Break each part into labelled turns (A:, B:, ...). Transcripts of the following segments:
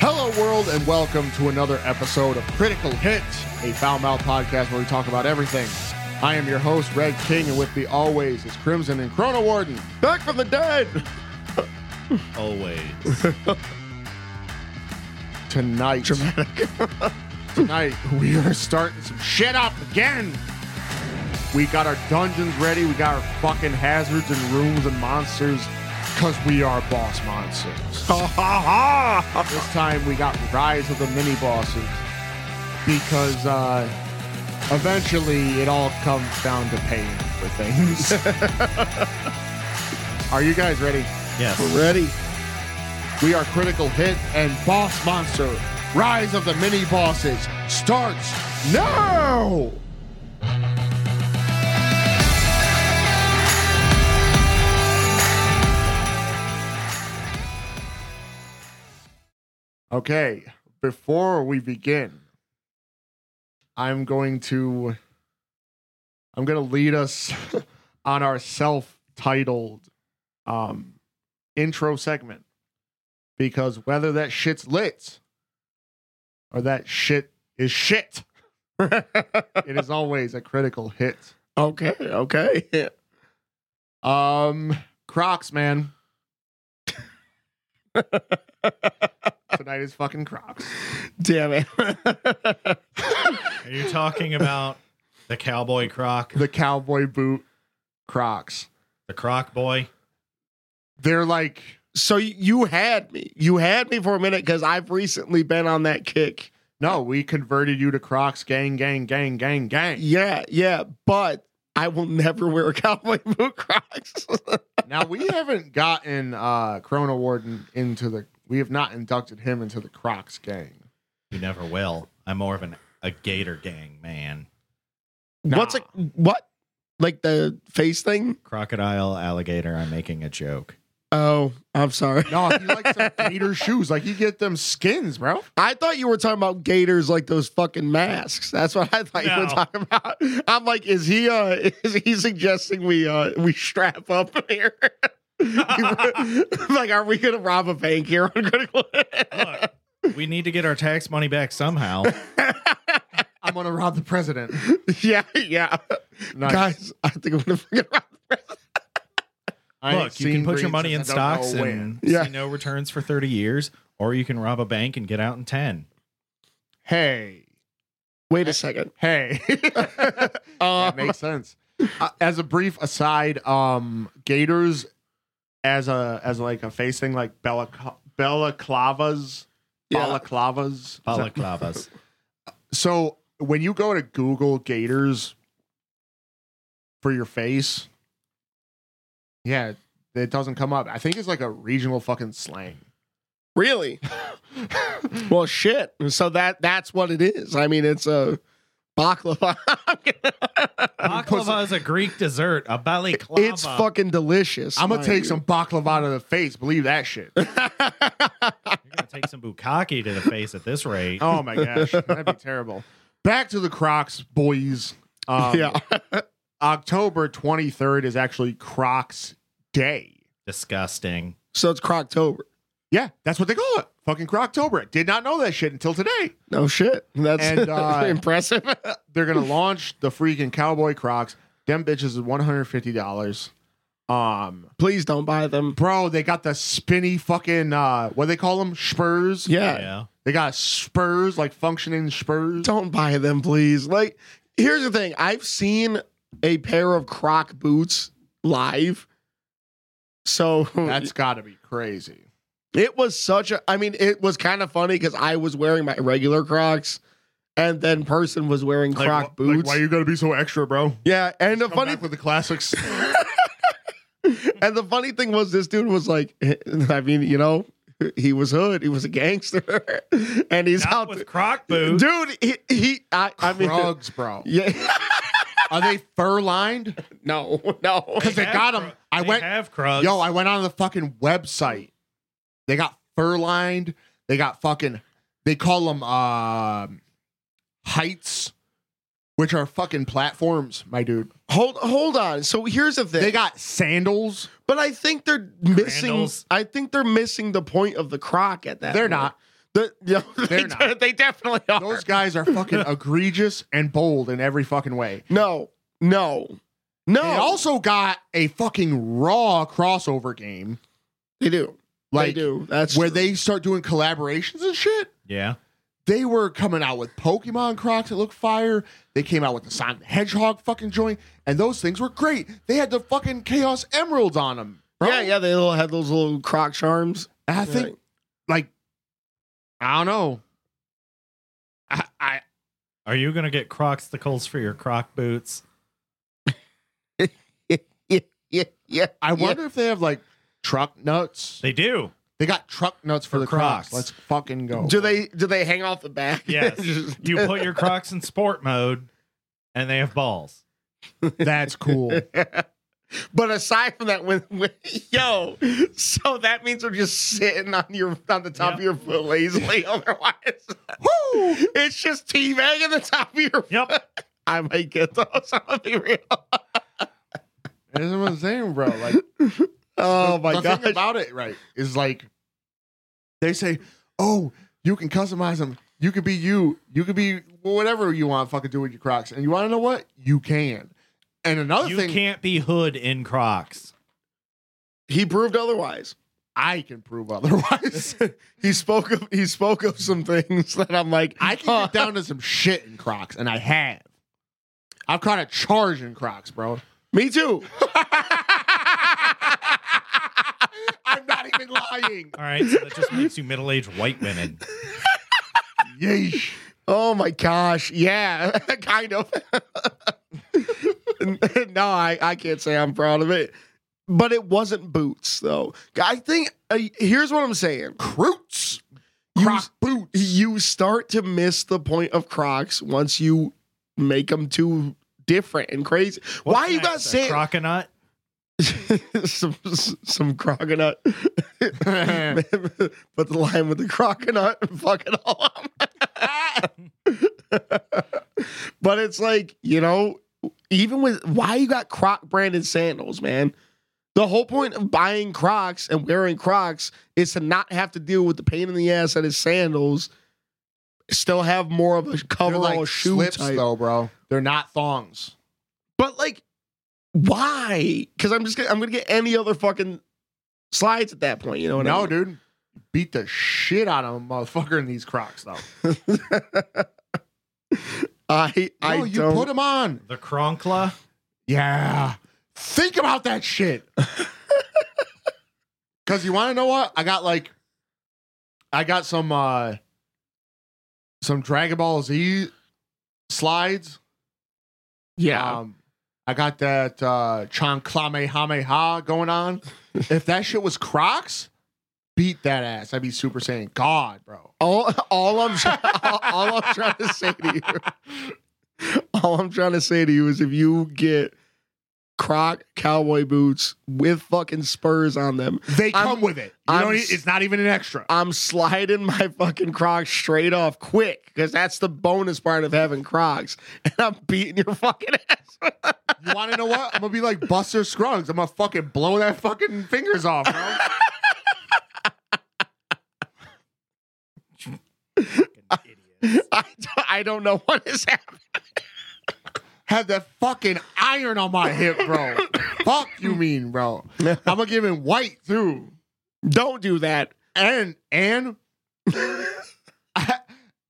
A: Hello, world, and welcome to another episode of Critical Hit, a foul mouth podcast where we talk about everything. I am your host, Red King, and with me always is Crimson and Chrono Warden, back from the dead.
B: Always.
A: Tonight,
B: Dramatic.
A: tonight, we are starting some shit up again. We got our dungeons ready, we got our fucking hazards and rooms and monsters, because we are boss monsters. This time we got Rise of the Mini Bosses because uh, eventually it all comes down to paying for things. are you guys ready?
B: Yes.
C: Ready?
A: We are Critical Hit and Boss Monster Rise of the Mini Bosses starts now! Okay, before we begin, I'm going to I'm going to lead us on our self-titled um intro segment because whether that shit's lit or that shit is shit, it is always a critical hit.
C: Okay, okay.
A: Um, Crocs, man. Tonight is fucking Crocs.
C: Damn it.
B: Are you talking about the cowboy croc,
A: The cowboy boot Crocs.
B: the croc boy?
A: They're like,
C: so y- you had me. You had me for a minute because I've recently been on that kick.
A: no, we converted you to Crocs, gang, gang, gang, gang, gang.
C: Yeah, yeah, but I will never wear a cowboy boot Crocs.
A: now we haven't gotten uh Chrono Warden into the. We have not inducted him into the Crocs gang.
B: You never will. I'm more of an a gator gang man.
C: What's a what? Like the face thing?
B: Crocodile, alligator. I'm making a joke.
C: Oh, I'm sorry.
A: No, he likes some gator shoes. Like he get them skins, bro.
C: I thought you were talking about gators like those fucking masks. That's what I thought you were
B: No.
C: talking about. I'm like, is he uh is he suggesting we uh we strap up here? like, are we gonna rob a bank here on critical?
B: Look, we need to get our tax money back somehow.
A: I'm gonna rob the president.
C: yeah, yeah.
A: Nice.
C: Guys, I think I'm gonna fucking rob
A: I ain't
B: Look, you
A: seen
B: can put your
A: green
B: money in
A: since I don't
B: stocks
A: know
B: and
A: when.
C: Yeah.
B: see no returns for 30 years, or you can rob a bank and get out in 10.
A: hey,
C: Wait a second.
A: hey,
C: Uh,
A: that makes sense. Uh, as a brief aside, um, gators as a as like a face thing, like bella balaclavas,
C: Yeah.
A: balaclavas.
B: Balaclavas.
A: So when you go to Google gators for your face, yeah, it doesn't come up. I think it's like a regional fucking slang.
C: really? well, shit. So that that's what it is. I mean, it's a baklava.
B: Baklava is a Greek dessert. A balaclava.
C: it's fucking delicious.
A: I'm gonna
C: Like-
A: take some baklava to the face. Believe that shit.
B: You're going to take some bukkake to the face at this rate.
A: Oh my gosh, that'd be terrible. Back to the Crocs, boys. Um,
C: Yeah.
A: October 23rd is actually Crocs Day.
B: Disgusting.
C: So it's Croctober.
A: Yeah, that's what they call it. Fucking Croctober. Did not know that shit until today.
C: No shit. That's
A: And, uh,
C: impressive.
A: They're gonna launch the freaking cowboy Crocs. Them bitches is 150 dollars. Um,
C: Please don't buy them.
A: bro, they got the spinny fucking uh, what do they call them? Spurs.
C: Yeah.
B: Yeah.
A: They got spurs, like functioning spurs.
C: Don't buy them, please. Like, here's the thing. I've seen a pair of croc boots live. So
A: That's gotta be crazy.
C: it was such a I mean, it was kind of funny because I was wearing my regular crocs and then person was wearing
A: Like,
C: croc
A: wh- like,
C: boots.
A: why you gotta be so extra, bro?
C: yeah, and the
A: Come
C: funny
A: back with the classics.
C: and the funny thing was this dude was like I mean, you know, he was hood, he was a gangster, and he's
B: Not
C: out
B: with
C: there-
B: croc boots.
C: dude he, he I, I mean
A: Rugs, bro.
C: yeah
A: Are they fur lined?
C: no no
A: Because they
B: have
A: got them.
B: cro-
A: I
B: they
A: went,
B: have Krugs.
A: yo, I went on the fucking website. They got fur lined. They got fucking. They call them um heights, which are fucking platforms, my dude.
C: hold hold on so here's the thing
A: They got sandals.
C: but i think they're missing
B: Crandalls.
C: i think they're missing the point of the croc at that
A: They're
C: point.
A: not.
C: The, yeah,
A: They're
C: they, de-
A: not.
C: they definitely are.
A: Those guys are fucking egregious and bold in every fucking way.
C: no, no, no.
A: They also got a fucking raw crossover game
C: They do.
A: Like,
C: they do. That's
A: where
C: true.
A: they start doing collaborations and shit.
B: Yeah.
A: They were coming out with Pokemon Crocs that looked fire. They came out with the Sonic the Hedgehog fucking joint, and those things were great. They had the fucking Chaos Emeralds on them. Bro.
C: Yeah, yeah. They all had those little croc charms.
A: And I think,
C: Right.
A: like, I don't know. I, I
B: Are you gonna get Crocsticles for your Croc boots?
C: Yeah, yeah.
A: I
C: yeah.
A: wonder if they have like truck nuts.
B: They do.
A: They got truck nuts for,
B: For
A: the Crocs.
B: Crocs.
A: Let's fucking go.
C: Do they do they hang off the back?
B: Yes. You put your Crocs in sport mode, and they have balls.
A: That's cool.
C: But aside from that, when, when yo, so that means they're just sitting on your on the top
B: Yep.
C: of your foot lazily. Otherwise,
A: Woo!
C: it's just teabag in the top of your.
B: Yep.
C: I might get those. I'm gonna be real.
A: That's what I'm saying, bro. Like,
C: Oh
A: the-
C: my
A: the
C: god!
A: thing about it, right, is like they say, "Oh, you can customize them. You could be you. You could be whatever you want. to Fucking do with your Crocs." And you want to know what? You can. And another
B: You
A: thing,
B: can't be hood in Crocs.
C: he proved otherwise.
A: I can prove otherwise.
C: He spoke of he spoke of some things that I'm like
A: I can
C: huh.
A: get down to some shit in Crocs, and I have. I've caught a charge in Crocs, bro.
C: Me too.
A: I'm not even lying.
B: All right, so that just makes you middle-aged white women.
A: Yeesh.
C: Oh my gosh. Yeah, kind of. no, I, I can't say I'm proud of it. But it wasn't boots, though. I think, uh, here's what I'm saying
A: Croots.
C: You-
A: Croc boots.
C: you start to miss the point of Crocs once you make them too different and crazy. Why you got
B: saying
C: saying
B: Croconut?
C: some some croconut? Put the line with the croconut and fuck it all up. but it's like, you know, even with why you got Croc branded sandals, man. The whole point of buying Crocs and wearing Crocs is to not have to deal with the pain in the ass that is sandals. Still have more of a
A: They're
C: coverall
A: like
C: shoe
A: slips,
C: type.
A: though, bro. They're not thongs.
C: But like, why? Because I'm just gonna, I'm gonna get any other fucking slides at that point. You know what
A: no,
C: I mean?
A: dude. Beat the shit out of a motherfucker in these Crocs, though.
C: I I
A: no, you
C: don't.
A: put them on.
B: The Cronkla?
A: Yeah. Think about that shit. Cause you want to know what? I got like, I got some, uh, some Dragon Ball Z slides.
C: yeah,
A: Um, I got that uh, Chan Kamehameha going on. if that shit was Crocs, beat that ass. I'd be Super Saiyan God, bro.
C: all all I'm try- all, all I'm trying to say to you, all I'm trying to say to you is if you get Croc cowboy boots with fucking spurs on them,
A: They
C: I'm-
A: come with it. You
C: I'm
A: don't e-
C: s-
A: it's not even an extra.
C: I'm sliding my fucking Crocs straight off quick because that's the bonus part of having Crocs, and I'm beating your fucking ass.
A: You want to know what? I'm gonna be like Buster Scruggs. I'm gonna fucking blow that fucking fingers off, bro.
C: I don't, I don't know what is happening.
A: Have that fucking iron on my hip, bro. Fuck you mean, bro. I'm gonna give him white too,
C: Don't do that.
A: and and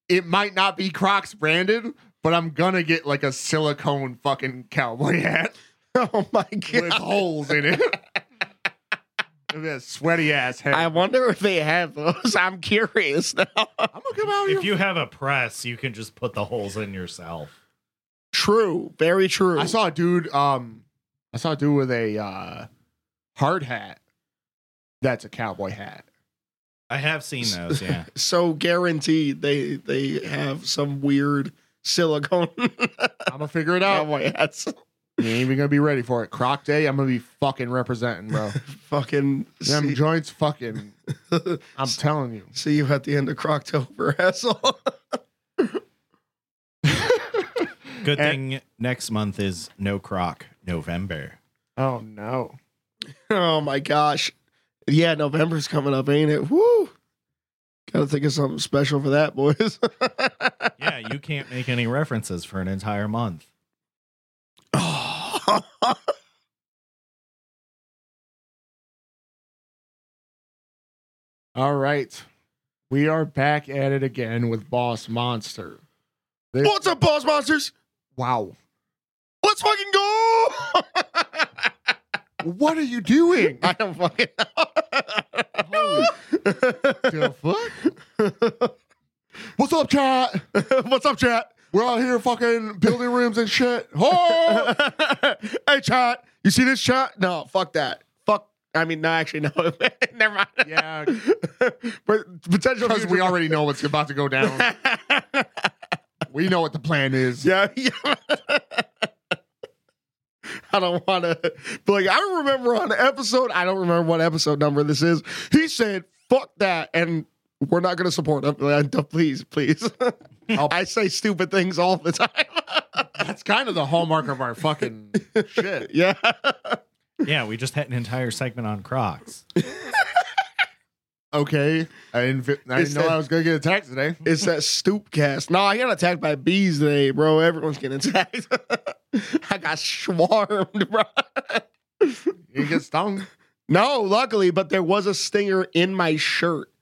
A: it might not be Crocs branded, but I'm gonna get like a silicone fucking cowboy hat
C: Oh my
A: with
C: god.
A: holes in it. With that sweaty ass head.
C: I wonder if they have those. I'm curious now.
A: I'm gonna come out here.
B: If you have a press, you can just put the holes in yourself.
C: True, very true.
A: I saw a dude. Um, I saw a dude with a uh, hard hat. That's a cowboy hat.
B: I have seen those, yeah.
C: so guaranteed they they have some weird silicone
A: I'm gonna figure it out.
C: cowboy hats.
A: You ain't even gonna be ready for it. Croc Day. I'm gonna be fucking representing, bro.
C: Fucking
A: Them
C: see,
A: joints, fucking. I'm telling you.
C: see you at the end of Croctober, asshole.
B: Good
A: And-
B: thing next month is no croc November.
A: Oh no.
C: oh my gosh. Yeah, November's coming up, ain't it? Woo. Gotta think of something special for that, boys.
B: Yeah, you can't make any references for an entire month.
A: All right. We are back at it again with Boss Monster. This-
C: What's up, boss monsters?
A: Wow.
C: Let's fucking go!
A: What are you doing?
C: I don't fucking
A: Holy the fuck? What's up, chat?
C: What's up, chat?
A: We're out here fucking building rooms and shit. Oh!
C: hey, chat. You see this chat? No, fuck that. Fuck. I mean, no, actually, no. Never mind.
A: Yeah,
C: but potential
A: because we
C: future-
A: already know what's about to go down. We know what the plan is.
C: yeah, yeah. I don't want to. Like, I remember on the episode. I don't remember what episode number this is. He said, "Fuck that," and we're not going to support him. Like, please, please. I say stupid things all the time.
A: That's kind of the hallmark of our fucking shit.
C: yeah.
B: Yeah, we just had an entire segment on Crocs.
A: Okay. I didn't, fi- I
C: It's
A: didn't know
C: that-
A: I was going to get attacked today.
C: It's that stoop cast. No, I got attacked by bees today, bro. Everyone's getting attacked. I got swarmed, bro.
A: You get stung.
C: No, luckily, but there was a stinger in my shirt.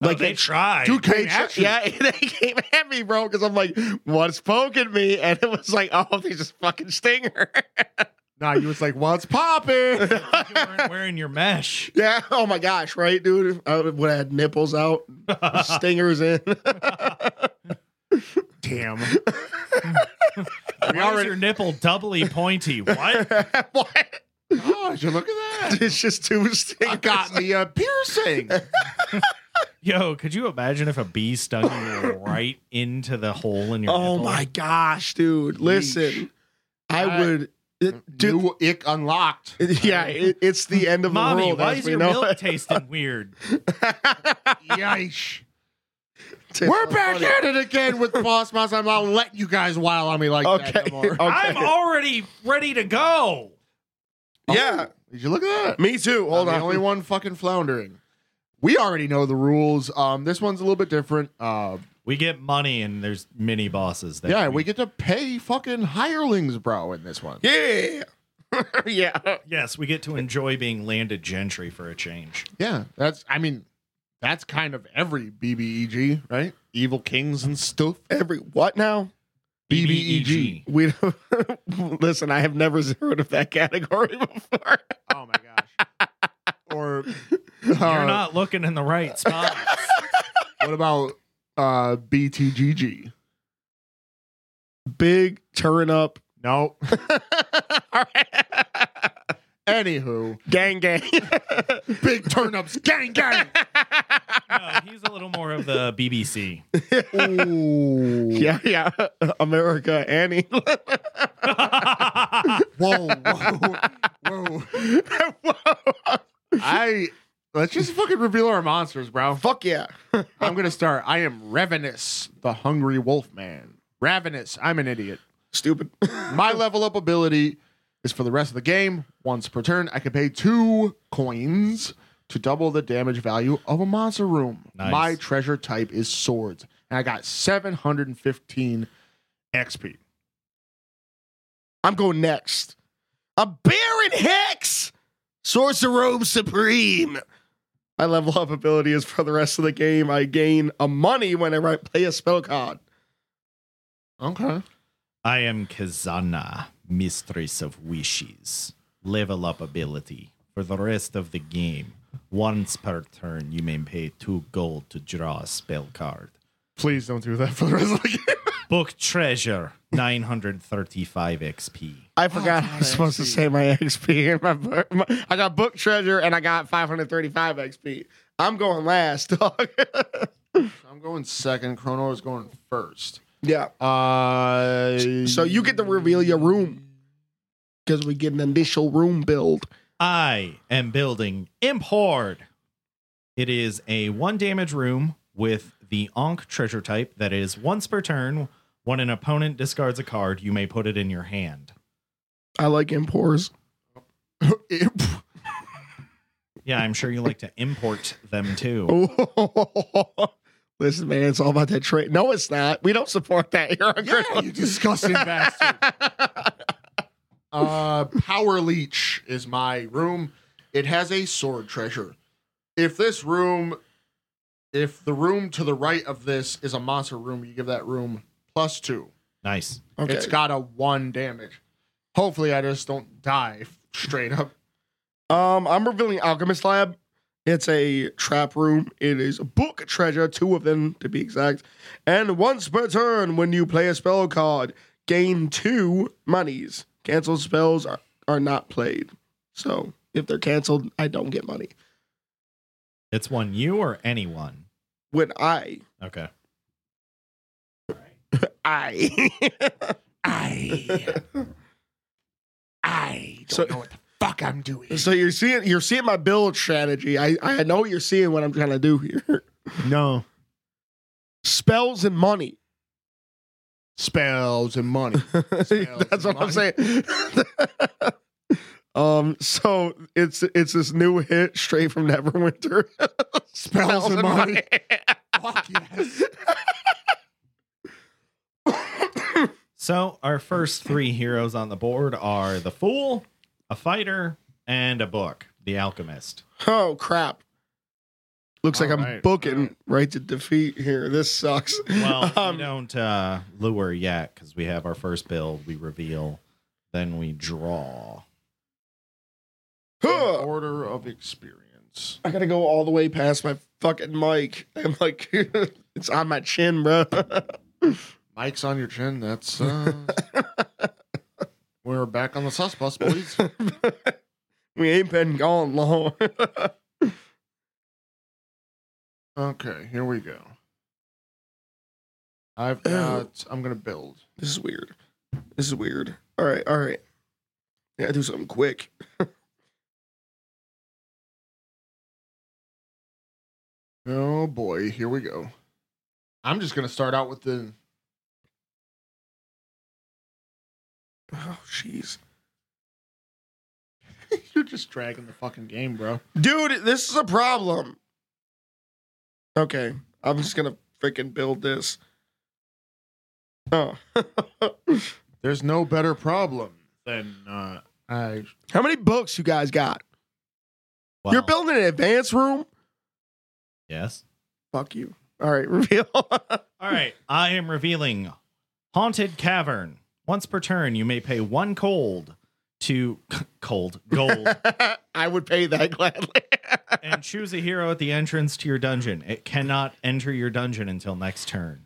B: Like Oh, they
C: it-
B: tried.
A: Dude,
C: they
A: came
C: tri-
A: at you.
C: yeah, they came at me, bro, because I'm like, what's poking me? And it was like, oh, they just fucking stinger.
A: Nah, you was like, what's popping?
B: you weren't wearing your mesh.
C: yeah. Oh my gosh, right, dude? I would have had nipples out, stingers in.
A: Damn.
B: Why is
A: already-
B: your nipple doubly pointy? What?
C: what?
A: Oh, did you look at that?
C: It's just two stingers.
A: I got me a piercing.
B: Yo, could you imagine if a bee stung you right into the hole in your
C: Oh
B: nipple?
C: my gosh, dude. Listen, I
A: I- Mm,
C: would. It, dude,
A: New ick unlocked.
C: it- yeah, it, it's the end of the
B: Mommy,
C: world.
B: why
C: as
B: is
C: we
B: your
C: know
B: milk
C: it.
B: tasting weird?
A: Yish.
C: It's
A: We're
C: so
A: back
C: funny.
A: at it again with Boss Moss. I'm not letting you guys wild on me like
C: Okay.
A: that no more.
C: okay.
B: I'm already ready to go.
C: yeah.
A: Oh, Did you look at that?
C: Me too. Hold
A: I'm
C: on.
A: The only one fucking floundering. We already know the rules. Um, this one's a little bit different. Uh,
B: We get money and there's mini bosses. That
A: yeah, we get to pay fucking hirelings, bro, in this one.
C: Yeah. yeah.
B: Yes, we get to enjoy being landed gentry for a change.
A: Yeah, that's. I mean, that's kind of every BBEG, right? Evil kings and stuff.
C: Every E what now?
B: E
A: BBEG.
C: We listen. I have never zeroed of that category before.
A: Oh my gosh. or
B: You're
A: uh,
B: not looking in the right spot.
A: what about uh, BTGG?
C: Big turn up.
A: No.
C: All right.
A: Anywho,
C: Gang gang.
A: big turnips, gang gang.
B: no, he's a little more of the BBC.
A: Ooh.
C: yeah, yeah. America, Annie.
A: Whoa, whoa, whoa. I let's just fucking reveal our monsters, bro.
C: Fuck yeah.
A: I'm gonna start. I am Ravenous, the hungry wolf man. Ravenous, I'm an idiot.
C: Stupid.
A: My level up ability is for the rest of the game. Once per turn, I can pay two coins to double the damage value of a monster room.
B: Nice.
A: My treasure type is swords, and I got 715 XP.
C: I'm going next. A Baron Hex, Sorcerer Supreme. My level up ability is for the rest of the game. I gain a money whenever I play a spell card.
A: Okay.
B: I am Kazana, Mistress of Wishes. Level up ability. For the rest of the game, once per turn, you may pay two gold to draw a spell card.
A: Please don't do that for the rest of the game.
B: Book treasure, 935 XP.
C: I forgot
A: it's
C: I
A: not
C: was supposed to
A: XP.
C: say my XP. And my, book- my- I got book treasure and I got 535 XP. I'm going last, dog.
A: I'm going second. Chrono is going first.
C: yeah.
A: Uh,
C: So you get to reveal your room because we get an initial room build.
B: I am building Imp Horde. It is a one damage room with the Ankh treasure type that is once per turn. When an opponent discards a card, you may put it in your hand.
C: I like impors.
A: Imp.
B: Yeah, I'm sure you like to import them too.
C: Listen, man, it's all about that trade. No, it's not. We don't support that here on
A: Yeah, you
C: Gridlock.
A: disgusting bastard. Uh, Power Leech is my room. It has a sword treasure. If this room, if the room to the right of this is a monster room, you give that room plus two.
B: Nice.
C: Okay.
A: It's got a one damage. Hopefully, I just don't die f- straight up.
C: Um, I'm revealing Alchemist Lab. It's a trap room. It is a book treasure, two of them to be exact. And once per turn, when you play a spell card, gain two monies. Cancelled spells are, are not played. So if they're canceled, I don't get money.
B: It's one you or anyone.
C: When I,
B: Okay.
C: I,
A: I, I don't
C: So-
A: know what the fuck I'm doing.
C: so you're seeing you're seeing my build strategy. I I know you're seeing what I'm trying to do here.
B: No.
C: Spells and money.
A: Spells and money.
C: That's what I'm saying. um, so it's it's this new hit straight from Neverwinter.
A: Spells and money. Fuck yes.
B: So our first three heroes on the board are the Fool, a Fighter, and a Book, the Alchemist.
C: Oh crap! Looks like
A: All
C: I'm
A: right, all
C: booking
A: right.
C: right. to defeat here. This sucks.
B: Well,
C: Um,
B: we don't uh, lure yet because we have our first build. We reveal, then we draw.
A: In
C: huh.
A: order of experience.
C: I gotta go all the way past my fucking mic. I'm like, it's on my chin, bro.
A: Mike's on your chin. That's uh, we're back on the sus bus, boys.
C: we ain't been gone long.
A: Okay, here we go. I've got. I'm gonna build.
C: This is weird. This is weird. All right, all right. Yeah, do something quick.
A: Oh boy, here we go. I'm just gonna start out with the.
C: Oh, jeez.
A: You're just dragging the fucking game, bro.
C: Dude, this is a problem. Okay, I'm just gonna freaking build this. Oh.
A: There's no better problem than uh, I.
C: How many books you guys got?
B: Wow.
C: You're building an advanced room?
B: Yes.
C: Fuck you. All right, reveal.
B: All right. I am revealing Haunted Cavern. Once per turn, you may pay one cold to cold gold
C: I would pay that gladly.
B: and choose a hero at the entrance to your dungeon. It cannot enter your dungeon until next turn.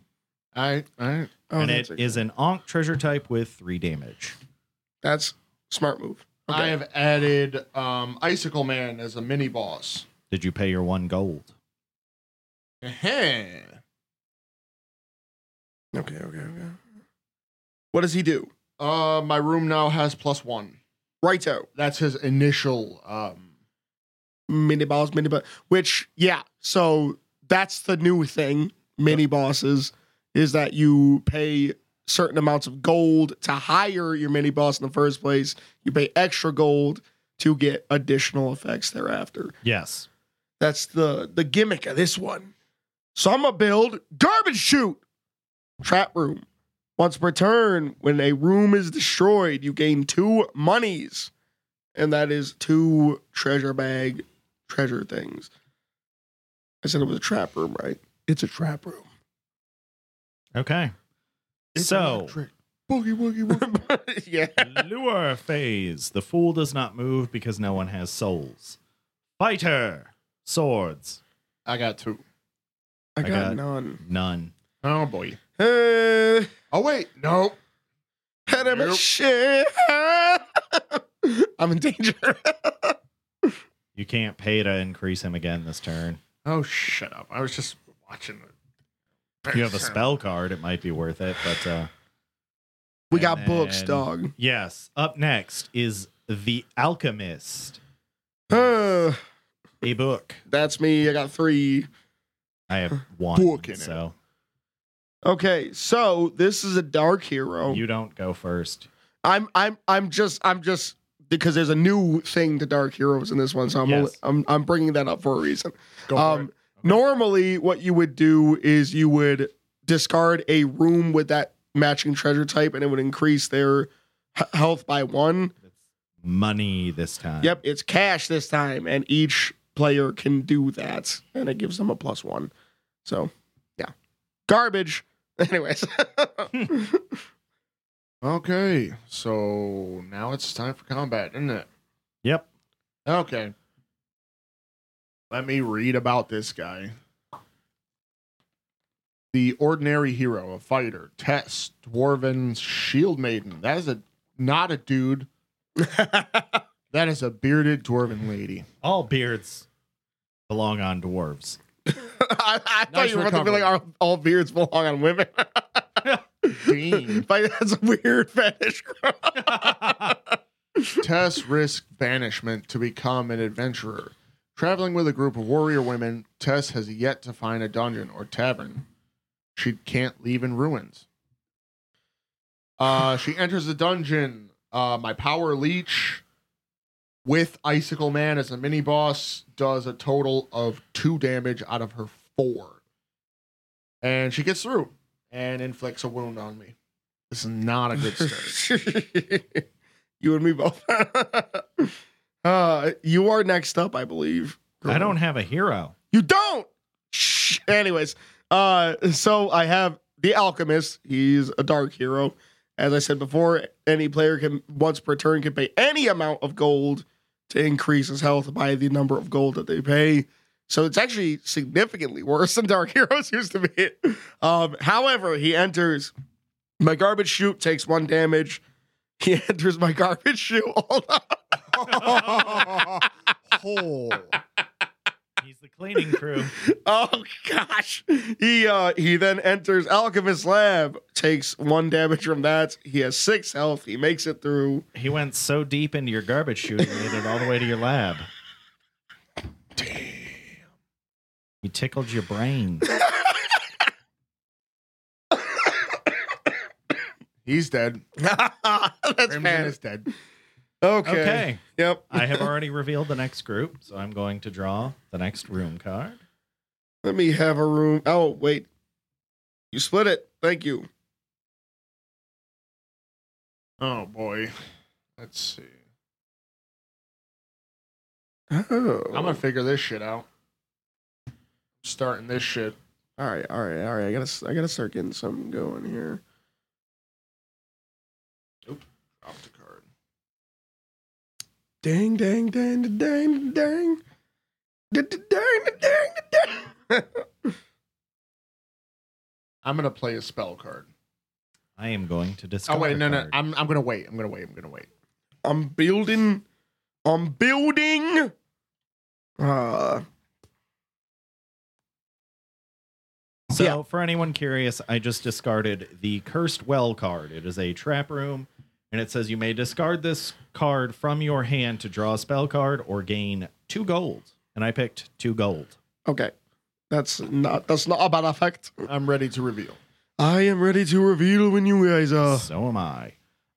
A: I. I.
C: Oh,
B: and it
C: that's,
B: is
C: a-
B: an Ankh treasure type with three damage.
C: that's smart move.
A: I have added um, Icicle Man as a mini boss.
B: Did you pay your one gold?
A: Ahem.
C: Okay, okay, okay. What does he do?
A: Uh, my room now has plus one.
C: Righto.
A: That's his initial. Um,
C: mini boss, mini boss. Which, yeah, so that's the new thing. Mini bosses is that you pay certain amounts of gold to hire your mini boss in the first place. You pay extra gold to get additional effects thereafter.
B: Yes.
C: That's the the gimmick of this one. So I'm gonna build garbage chute trap room. Once per turn, when a room is destroyed, you gain two monies, and that is two treasure bag treasure things. I said it was a trap room, right? It's a trap room.
B: Okay.
A: it's
B: so,
A: electric. boogie woogie woogie.
C: yeah.
B: lure phase. The fool does not move because no one has souls. Fighter. Swords.
A: I got two.
C: I
B: I
C: got,
B: got-
C: none.
B: None.
A: Oh boy.
C: Hey,
A: Oh wait, no.
C: head of
A: Nope.
C: shit. I'm in danger.
B: You can't pay to increase him again this turn.
A: Oh shut up! I was just watching.
B: If you have a spell card, it might be worth it. But uh,
C: we
B: And
C: got books,
B: then-
C: dog.
B: yes, up next is The Alchemist,
C: Uh,
B: a book.
C: that's me. I got three.
B: I have one.
A: Book in it.
B: so
C: Okay, so this is a dark hero.
A: Oh.
B: you don't go first.
C: I'm I'm I'm just I'm just because there's a new thing to Dark Heroes in this one, so I'm
B: Yes.
C: only- I'm, I'm bringing that up for a reason.
A: Go for
C: Um,
A: it.
C: Normally, what you would do is you would discard a room with that matching treasure type, and it would increase their h- health by one.
B: Money this time.
C: Yep, it's cash this time, and each player can do that, and it gives them a plus one. So, yeah, garbage. Anyways,
A: Okay, so now it's time for combat, isn't it?
B: Yep.
A: Okay. Let me read about this guy. The ordinary hero, a fighter, Tess, Dwarven, Shield Maiden. That is a not a dude. That is a bearded Dwarven lady.
B: All beards belong on dwarves.
C: I, I thought
A: Nice
C: you were about to be
A: recovery.
C: like all, all beards belong on women.
A: Dean.
C: like that's a weird fetish.
A: Tess risks banishment to become an adventurer. Traveling with a group of warrior women, Tess has yet to find a dungeon or tavern. She can't leave in ruins. Uh, she enters the dungeon. Uh, my power leech with Icicle Man as a mini boss does a total of two damage out of her four. And she gets through and inflicts a wound on me. This is not a good start.
C: you and me both. uh, you are next up, I believe.
B: I don't have a hero.
C: You don't. Shh. Anyways, uh, so I have the alchemist. He's a dark hero. As I said before, any player can once per turn can pay any amount of gold to increase his health by the number of gold that they pay. So it's actually significantly worse than Dark Heroes used to be. Um, however, he enters my garbage chute, takes one damage. He enters my garbage chute. Hold on.
A: hole.
B: He's the cleaning crew.
C: Oh gosh. He uh he then enters Alchemist Lab, takes one damage from that. He has six health. He makes it through.
B: He went so deep into your garbage chute, he made it all the way to your lab. He tickled your brain.
A: He's dead.
C: That's
A: Crimson
C: bad.
A: is dead.
C: Okay.
B: Okay.
C: Yep.
B: I have already revealed the next group, so I'm going to draw the next room card.
C: Let me have a room. Oh wait. You split it. Thank you.
A: Oh boy. Let's see.
C: Oh.
A: I'm gonna figure this shit out. Starting this shit.
C: all right, all right, all right. I gotta s- I gotta start getting something going here.
A: Drop the card.
C: Dang, dang, dang, dang, dang, dang, Da- da- dang, da- dang, da- dang.
A: I'm gonna play a spell card.
B: I am going to discard.
A: oh wait, no,
B: a
A: no.
B: card.
A: I'm I'm gonna wait. I'm gonna wait. I'm gonna wait.
C: I'm building. I'm building. Uh,
B: So,
C: Yeah.
B: for anyone curious, I just discarded the Cursed Well card. It is a trap room, and it says you may discard this card from your hand to draw a spell card or gain two gold. And I picked two gold.
C: okay, that's not that's not a bad effect.
A: I'm ready to reveal.
C: I am ready to reveal when you guys are.
B: So am I.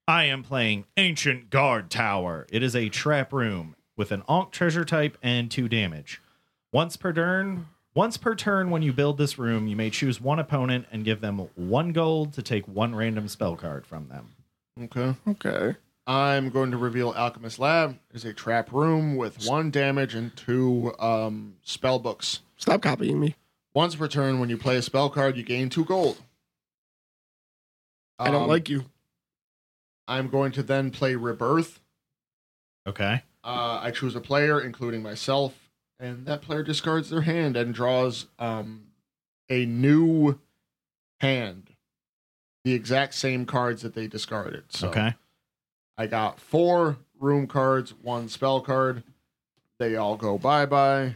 B: I am playing Ancient Guard Tower. It is a trap room with an Ankh treasure type and two damage. Once per turn, once per turn when you build this room, you may choose one opponent and give them one gold to take one random spell card from them.
A: Okay.
C: Okay,
A: I'm going to reveal Alchemist Lab is a trap room with one damage and two um spell books.
C: stop copying me.
A: Once per turn, when you play a spell card, you gain two gold.
C: I don't
A: Um,
C: like you.
A: I'm going to then play Rebirth.
B: Okay.
A: Uh, I choose a player, including myself, and that player discards their hand and draws um, a new hand. The exact same cards that they discarded. So
B: Okay.
A: I got four room cards, one spell card. They all go bye bye,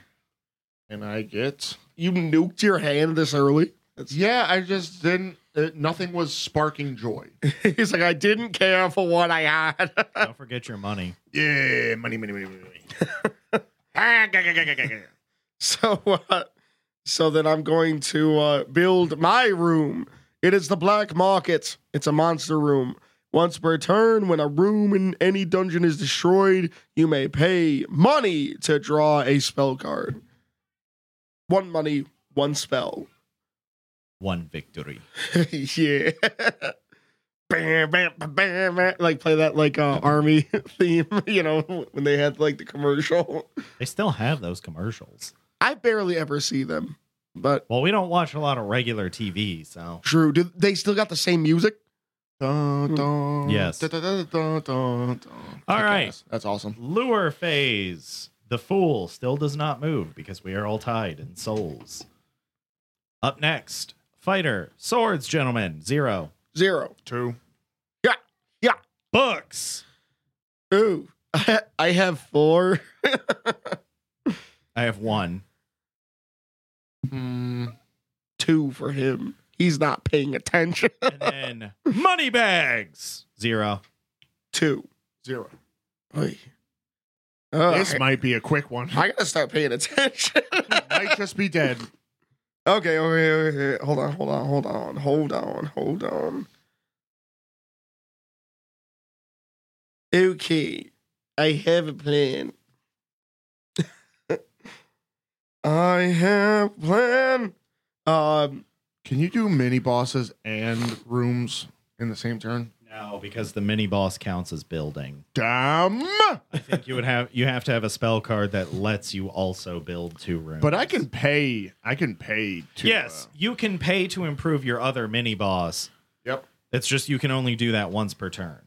A: and I get.
C: You nuked your hand this early.
A: Yeah, I just didn't. It, nothing was sparking joy.
C: He's like, I didn't care for what I had.
B: Don't forget your money.
A: Yeah, Eh, money, money, money, money. money. Ah,
C: So, uh, so then I'm going to uh, build my room. It is the black market. It's a monster room Once per turn, when a room in any dungeon is destroyed, you may pay money to draw a spell card. One money, one spell.
B: One victory.
C: yeah. Bam, bam, bam, bam, bam. Like play that like uh, army theme, you know, when they had like the commercial.
B: They still have those commercials.
C: I barely ever see them, but
B: Well, we don't watch a lot of regular TV, so
C: Drew, do they still got the same music?
A: Dun, dun,
B: Yes.
A: dun, dun, dun, dun, dun.
B: All
A: Kick
B: right.
A: ass. That's awesome.
B: lure phase. The fool still does not move because we are all tied in souls. Up next, fighter, swords, gentlemen, zero.
C: Zero.
A: Two.
B: Books.
C: Ooh, I have four.
B: I have one.
A: Mm,
C: Two for him. He's not paying attention.
B: And then money bags. Zero.
C: Two.
A: zero.
C: Oy. Oh,
A: this
C: I,
A: might be a quick one.
C: I gotta start paying attention.
A: might just be dead.
C: Okay, okay, okay. Hold on, hold on, hold on, hold on, hold on. Okay, I have a plan. I have a plan. Um,
A: Can you do mini bosses and rooms in the same turn?
B: No, because the mini boss counts as building.
A: Damn.
B: I think you would have you have to have a spell card that lets you also build two rooms.
A: But I can pay. I can pay to.
B: yes,
A: uh,
B: you can pay to improve your other mini boss.
A: yep.
B: It's just you can only do that once per turn.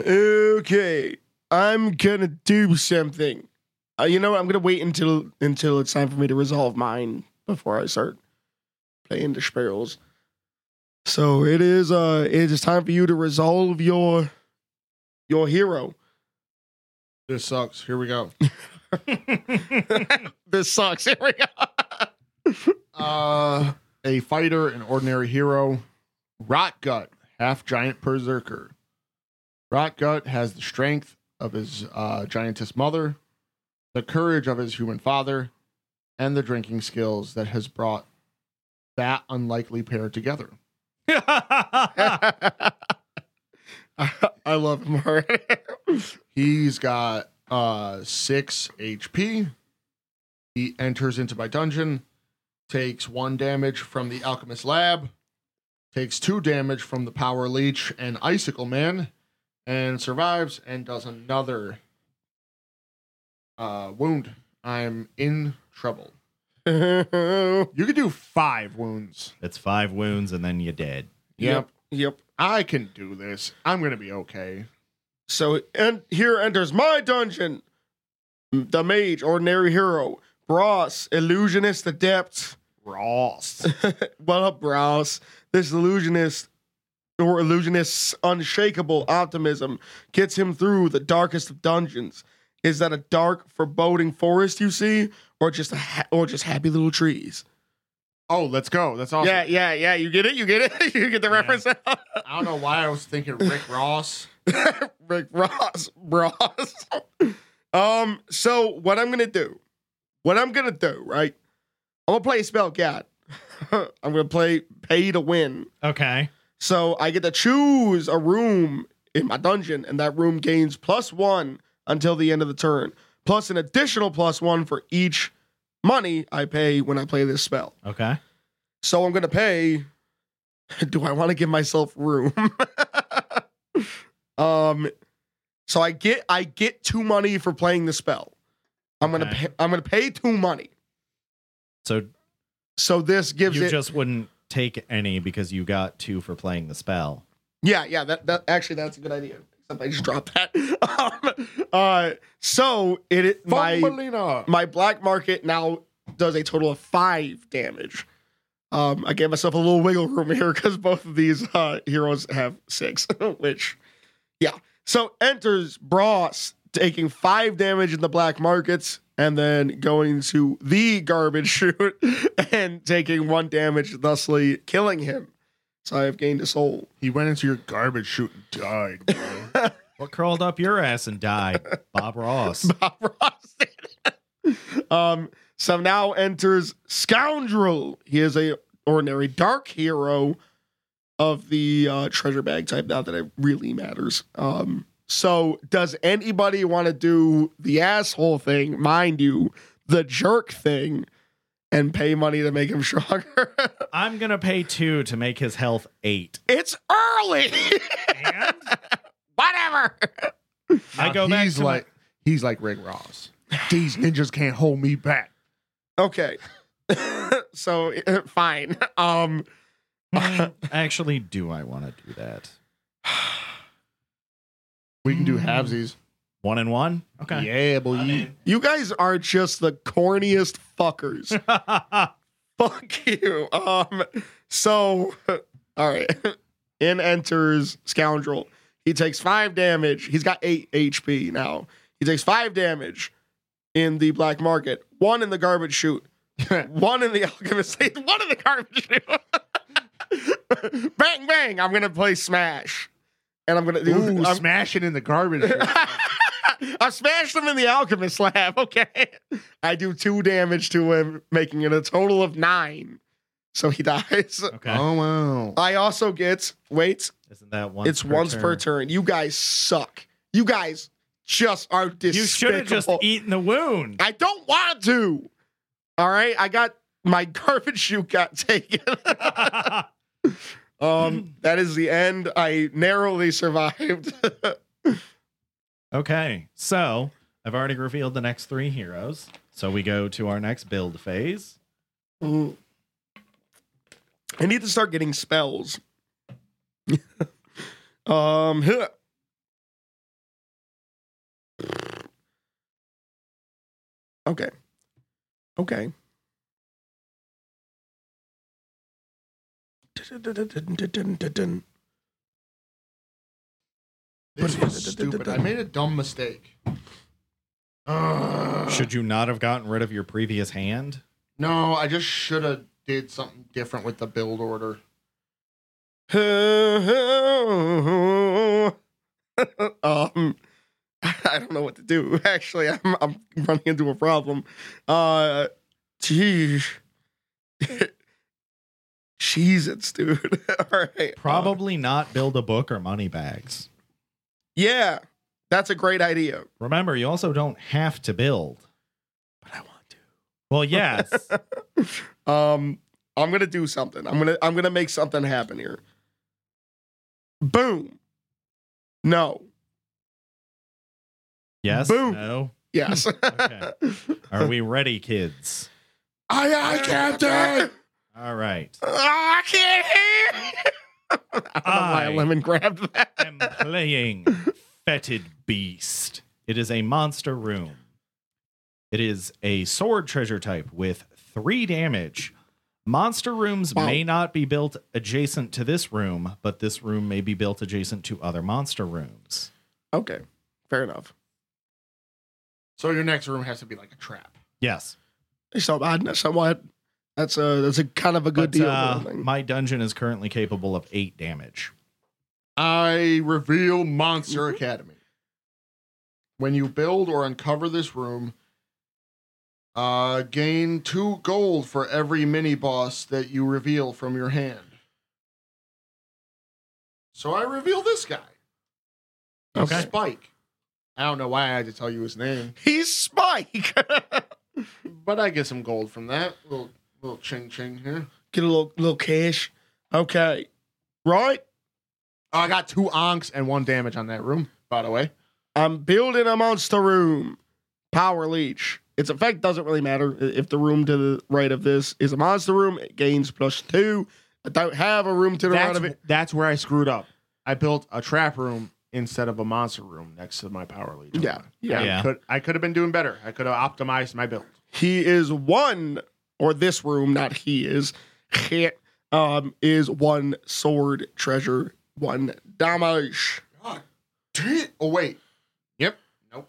C: okay, I'm gonna do something. Uh, you know, what? I'm gonna wait until until it's time for me to resolve mine before I start playing the spells. So it is. Uh, it is time for you to resolve your your hero.
A: This sucks. Here we go.
C: This sucks. Here we go.
A: Uh, a fighter, an ordinary hero. Rotgut, half giant berserker. Rotgut has the strength of his uh, giantess mother, the courage of his human father, and the drinking skills that has brought that unlikely pair together.
C: I, I love him already.
A: He's got uh six HP. He enters into my dungeon, takes one damage from the alchemist lab, takes two damage from the power leech and icicle man, and survives and does another uh wound. I'm in trouble. You could do five wounds.
B: it's five wounds and then you're dead.
A: Yep.
C: Yep.
A: I can do this. I'm gonna be okay.
C: So and here enters my dungeon. The mage, ordinary hero, Bros, illusionist adept.
A: Ross.
C: what up, Bros? This illusionist or illusionist's unshakable optimism gets him through the darkest of dungeons. Is that a dark, foreboding forest you see, or just a ha- or just happy little trees?
A: Oh, let's go. That's awesome.
C: Yeah, yeah, yeah. You get it. You get it. you get the reference.
A: I don't know why I was thinking Rick Ross.
C: Rick Ross, Ross. um, so what I'm gonna do, what I'm gonna do, right? I'm gonna play spell cat. I'm gonna play pay to win.
B: Okay.
C: So I get to choose a room in my dungeon, and that room gains plus one until the end of the turn, plus an additional plus one for each money I pay when I play this spell.
B: Okay.
C: So I'm gonna pay. Do I want to give myself room? um, so I get I get two money for playing the spell. I'm gonna
B: Okay.
C: pay, I'm gonna pay two money.
B: So
C: So this gives
B: you
C: it.
B: just wouldn't take any because you got two for playing the spell.
C: yeah, yeah. That that actually that's a good idea. Except I just dropped that. um, uh, so it- it my
A: Thumbelina.
C: my black market now does a total of five damage. Um, I gave myself a little wiggle room here because both of these uh, heroes have six, which, yeah. So enters Bros, taking five damage in the black markets and then going to the garbage chute and taking one damage, thusly killing him. So I have gained a soul.
A: He went into your garbage chute and died. bro.
B: What crawled up your ass and died? Bob Ross.
C: Bob Ross did. um, so now enters Scoundrel. He is a ordinary dark hero. of the uh, treasure bag type now that it really matters. Um, so, does anybody want to do the asshole thing, mind you, the jerk thing, and pay money to make him stronger?
B: I'm gonna pay two to make his health eight.
C: it's early.
B: And
C: Whatever.
B: I
A: Now
B: go back
A: he's
B: to my-
A: like he's like Rick Ross. These ninjas can't hold me back.
C: Okay. so fine. Um,
B: Hmm, actually, do I want to do that?
A: We can do halvesies.
B: One and one. Mm. Okay.
A: Yeah, boy.
C: you guys are just the corniest fuckers. Fuck you. Um, so, all right. In enters Scoundrel. He takes five damage. He's got eight HP now. He takes five damage in the black market, one in the garbage chute, one in the alchemist, one in the garbage chute. bang, bang. I'm going to play Smash. And I'm going to do.
A: Ooh,
C: I'm-
A: smashing in the garbage.
C: I smashed him in the alchemist lab. Okay, I do two damage to him, making it a total of nine. So he dies.
B: Okay.
A: oh wow.
C: I also get wait.
B: Isn't that one?
C: it's once per turn. You guys suck. You guys just are despicable.
B: You should have just eaten the wound.
C: I don't want to. All right, I got my garbage chute got taken. um, that is the end. I narrowly survived.
B: okay. So I've already revealed the next three heroes. So we go to our next build phase.
C: Mm. I need to start getting spells. um, huh. okay, okay.
A: This is stupid. I made a dumb mistake. Ugh.
B: Should you not have gotten rid of your previous hand?
A: no, I just should have did something different with the build order.
C: um, I don't know what to do. Actually, I'm I'm running into a problem. Uh, geez. Jeez, it's dude. All right, Uh,
B: Probably not build a book or money bags.
C: yeah, that's a great idea.
B: Remember, you also don't have to build.
C: But I want to.
B: Well, yes.
C: Um, I'm gonna do something. I'm gonna I'm gonna make something happen here. Boom. No.
B: yes.
C: Boom.
B: No.
C: Yes.
B: Okay. Are we ready, kids?
A: I I Captain.
B: All right.
C: Ah, I can't hear. I don't know why
B: I-
C: Lemon grabbed that.
B: am playing Fetid Beast. It is a monster room. It is a sword treasure type with three damage. Monster rooms
C: Wow.
B: may not be built adjacent to this room, but this room may be built adjacent to other monster rooms.
C: Okay, fair enough.
A: So your next room has to be like a trap.
B: Yes.
C: It's not bad. That's somewhat. That's a that's a kind of a good
B: But,
C: deal.
B: uh,
C: darling.
B: my dungeon is currently capable of eight damage.
A: I reveal Monster Academy. When you build or uncover this room, uh, gain two gold for every mini boss that you reveal from your hand. So I reveal this guy. He's
B: Okay.
A: Spike. I don't know why I had to tell you his name,
C: He's Spike. Get
A: but I get some gold from that. Little little ching ching here.
C: a little little cash. Okay, right.
A: Oh, I got two onks and one damage on that room, by the way.
C: I'm building a monster room. Power leech. Its effect doesn't really matter I- if the room to the right of this is a monster room. It gains plus two. I don't have a room to the right
A: That's,
C: of it.
A: that's where I screwed up. I built a trap room instead of a monster room next to my power lead.
C: Yeah, yeah.
A: I
B: Yeah.
A: Could, I could have been doing better. I could have optimized my build.
C: he is one or this room not he is um is one sword treasure one damage
A: God. Oh, wait. Yep. Nope.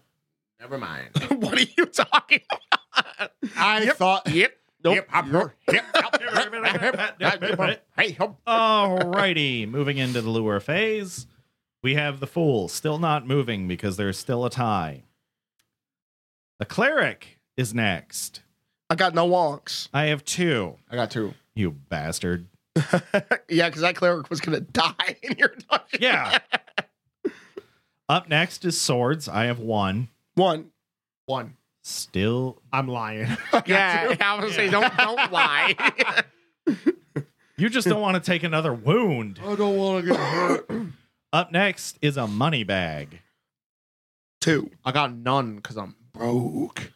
A: Never mind.
C: what are you talking about
A: I
C: Yep.
A: thought.
C: yep
A: Yep. hop, yep, hop, yep, Hey, hop.
B: Alrighty, moving into the lure phase. We have the fool still not moving because there's still a tie. The cleric is next.
C: i got no wonks
B: I have two.
A: I got two.
B: You bastard.
C: yeah, because that cleric was gonna die in your dungeon.
B: Yeah. Up next is swords. I have one.
C: One.
A: One.
B: Still,
A: I'm lying.
C: Yeah, I was gonna say don't don't lie.
B: you just don't want to take another wound.
A: I don't want to get hurt.
B: Up next is a money bag.
C: Two.
A: I got none because I'm broke.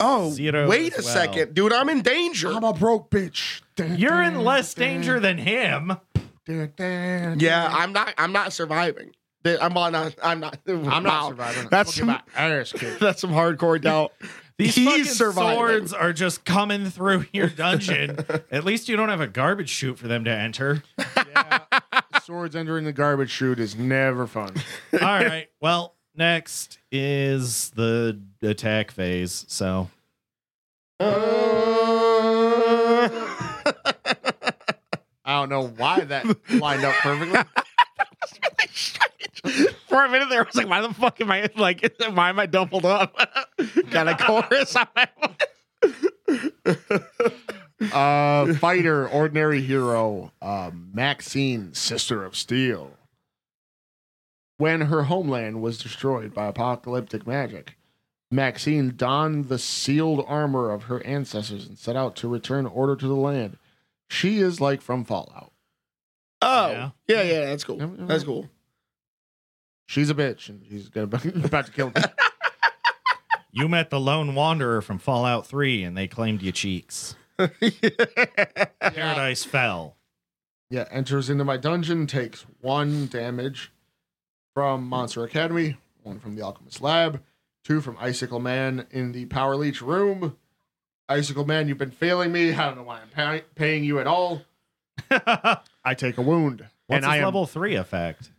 C: Oh,
B: Zero
C: wait a
B: as well.
C: second, dude. I'm in danger.
A: I'm a broke bitch.
B: You're in less danger than him.
C: yeah, I'm not. I'm not surviving. Th- I'm not. I'm not.
A: I'm
C: wow.
A: not surviving.
C: That's
A: Look at my ass kicked.
C: That's some hardcore doubt.
B: These
C: He's
B: fucking
C: surviving.
B: swords are just coming through your dungeon. At least you don't have a garbage chute for them to enter.
A: Swords entering the garbage chute is never fun.
B: All right. Well, next is the attack phase. So
C: Uh,
A: I don't know why that lined up perfectly.
C: For a minute there, I was like, "Why the fuck am I like? Why am I doubled up? Got a chorus on my
A: Uh, fighter, ordinary hero, uh, Maxine, sister of steel. When her homeland was destroyed by apocalyptic magic, Maxine donned the sealed armor of her ancestors and set out to return order to the land. She is like from Fallout.
C: Oh,
B: Yeah.
C: yeah, yeah, that's cool.
A: Yeah, yeah.
C: That's cool.
A: She's a bitch, and she's gonna about to kill me.
B: you met the lone wanderer from Fallout 3 and they claimed your cheeks. Paradise fell.
A: Yeah, enters into my dungeon, takes one damage from Monster Academy, one from the Alchemist Lab, two from Icicle Man in the Power Leech room. Icicle Man, you've been failing me. I don't know why I'm pay- paying you at all. I take a wound, and
B: What's
A: I
B: his
A: am
B: level 3 effect?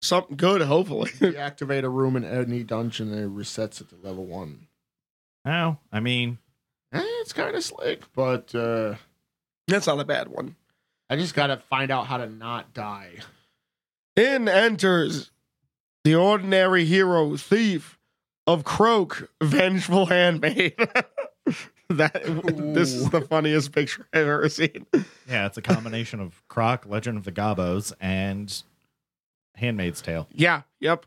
C: Something good, hopefully.
A: deactivate a room in any dungeon, and it resets it to level one.
B: Oh, I mean,
A: Eh, it's kind of slick, but uh,
C: That's not a bad one.
A: I just gotta find out how to not die.
C: In enters the ordinary hero, thief of Croak, vengeful handmaid. that this is the funniest picture I've ever seen.
B: yeah, it's a combination of Croc, Legend of the Gobos, and Handmaid's Tale.
C: Yeah, yep.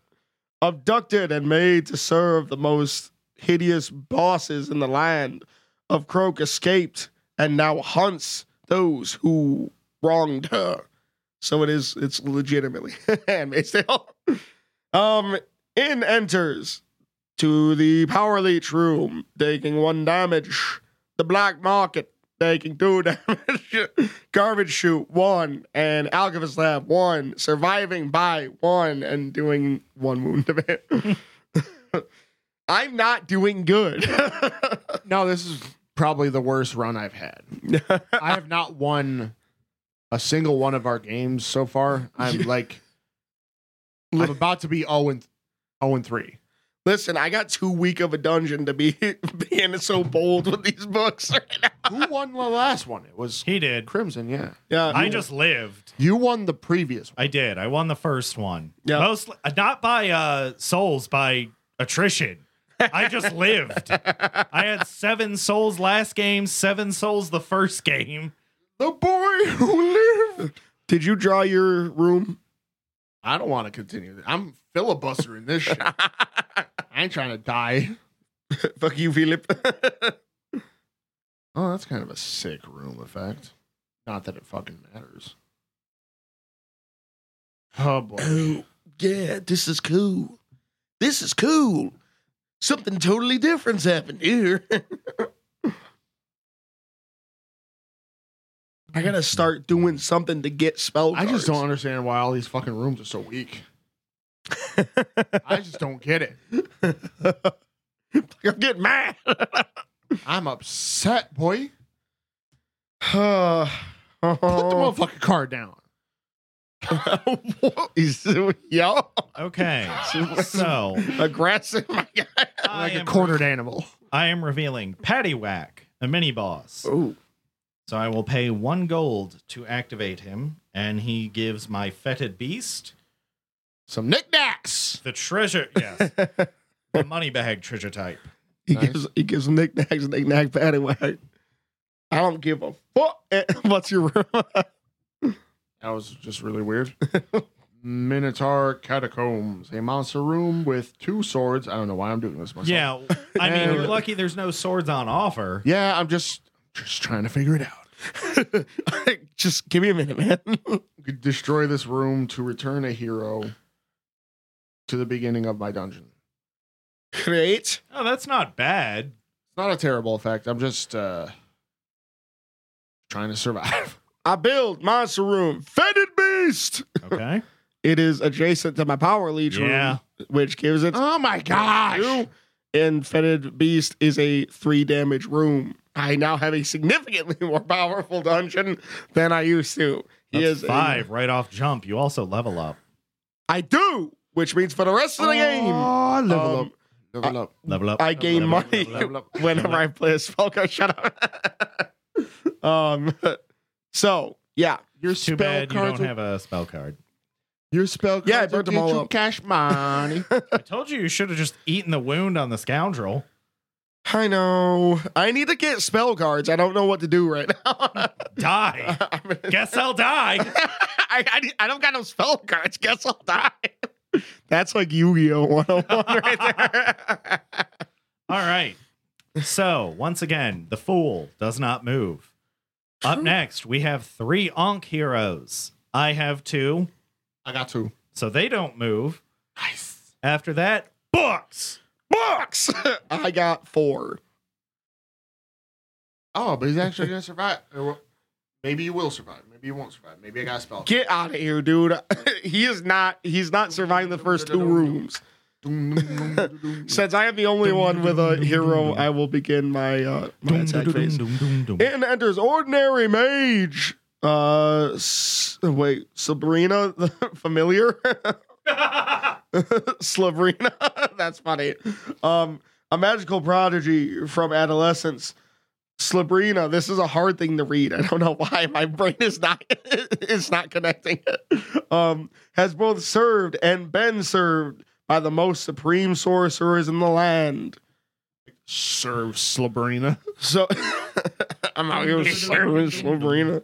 C: Abducted and made to serve the most hideous bosses in the land of Croak escaped and now hunts those who wronged her. So it is it's legitimately handmaid's tale. Um in enters to the power leech room, taking one damage. The black market taking two damage. Garbage chute one and Alchemist Lab one, surviving by one and doing one wound of it. I'm not doing good.
A: No, this is probably the worst run I've had. I have not won a single one of our games so far. I'm like, I'm about to be 0 and, 0 and 3.
C: Listen, I got too weak of a dungeon to be being so bold with these books.
A: Who won the last one? It was
B: He did.
A: Crimson, yeah.
C: yeah,
B: I just lived.
A: You won the previous one.
B: I did. I won the first one.
C: Yeah.
B: Mostly not by uh souls, by attrition. I just lived. I had seven souls last game, seven souls the first game.
A: The boy who lived.
C: did you draw your room?
A: I don't want to continue. this. I'm filibustering this shit. I ain't trying to die.
C: Fuck you, Philip.
A: Oh, that's kind of a sick room effect. Not that it fucking matters. Oh boy.
C: oh yeah, this is cool. This is cool. Something totally different's happened here. I gotta start doing something to get spell.
A: I just don't
C: cards.
A: understand why all these fucking rooms are so weak. I just don't get it.
C: I'm getting mad.
A: I'm upset, boy.
C: Put
A: Put the
C: Oh.
A: motherfucking card down.
C: what is yo
B: Okay. so
C: aggressive? My guy.
B: I,
A: Like a
B: am,
A: cornered animal.
B: I am revealing Paddywhack, a mini boss.
C: Ooh.
B: So I will pay one gold to activate him, and he gives my fetid beast
A: Some knickknacks.
B: the treasure. Yes. the money bag treasure type.
C: He
A: Nice.
C: gives he gives knickknacks and knick-knack paddywhack. I don't give a fuck what's your
A: That was just really weird. Minotaur Catacombs, a monster room with two swords. I don't know why I'm doing this myself.
B: Yeah, I mean,
A: And-
B: you're lucky there's no swords on offer.
A: Yeah, I'm just just trying to figure it out.
C: Just give me a minute, man.
A: You could Destroy this room to return a hero to the beginning of my dungeon.
C: Create.
B: Oh, that's not bad.
A: It's not a terrible effect. I'm just uh trying to survive.
C: I build monster room. Fetid beast.
B: Okay.
C: It is adjacent to my power leech
B: Yeah.
C: room, which gives it
A: Oh my gosh.
C: two. And fetid beast is a three damage room. I now have a significantly more powerful dungeon than I used to. He
B: That's
C: is a-
B: five right off jump. You also level up.
C: I do, which means for the rest of the game,
A: Oh, level
C: Um,
A: up. Level up.
B: Level up.
C: I gain
B: Level up,
C: money
B: level up, level up.
C: whenever I play as Falco. Shut up. um, so yeah,
A: Your
B: Too
A: spell
B: bad you
A: cards
B: don't
A: will-
B: have a spell card.
A: your spell cards
C: Yeah, I
A: will
C: burnt them
A: get
C: all
A: you
C: up.
A: cash money.
B: I told you you should have just eaten the wound on the scoundrel.
C: I know. I need to get spell cards. I don't know what to do right now.
B: Die.
C: I, mean,
B: Guess I'll die.
C: I, I, need- I don't got no spell cards. Guess I'll die. That's like Yu Gi Oh 101 right there.
B: All right. So once again, the fool does not move. Up next, we have three Ankh heroes. I have two,
A: I got two.
B: so they don't move.
A: Nice.
B: After that, books.
C: Books. I got four.
A: Oh, but he's actually gonna survive. Or, well, Maybe you will survive. Maybe you won't survive. Maybe I got a spell.
C: Get out of here, dude. he is not. He's not surviving the first two rooms. Since I am the only one with a hero, I will begin my uh, my attack phase. And enters ordinary mage. Uh, s- wait, Sabrina, the familiar, Slaverina. That's funny. Um, a magical prodigy from adolescence. Slabrina, this is a hard thing to read. I don't know why my brain is not is not connecting. Um, has both served and been served by the most supreme sorcerers in the land.
A: Serve Slabrina.
C: So I'm out here serving Slabrina.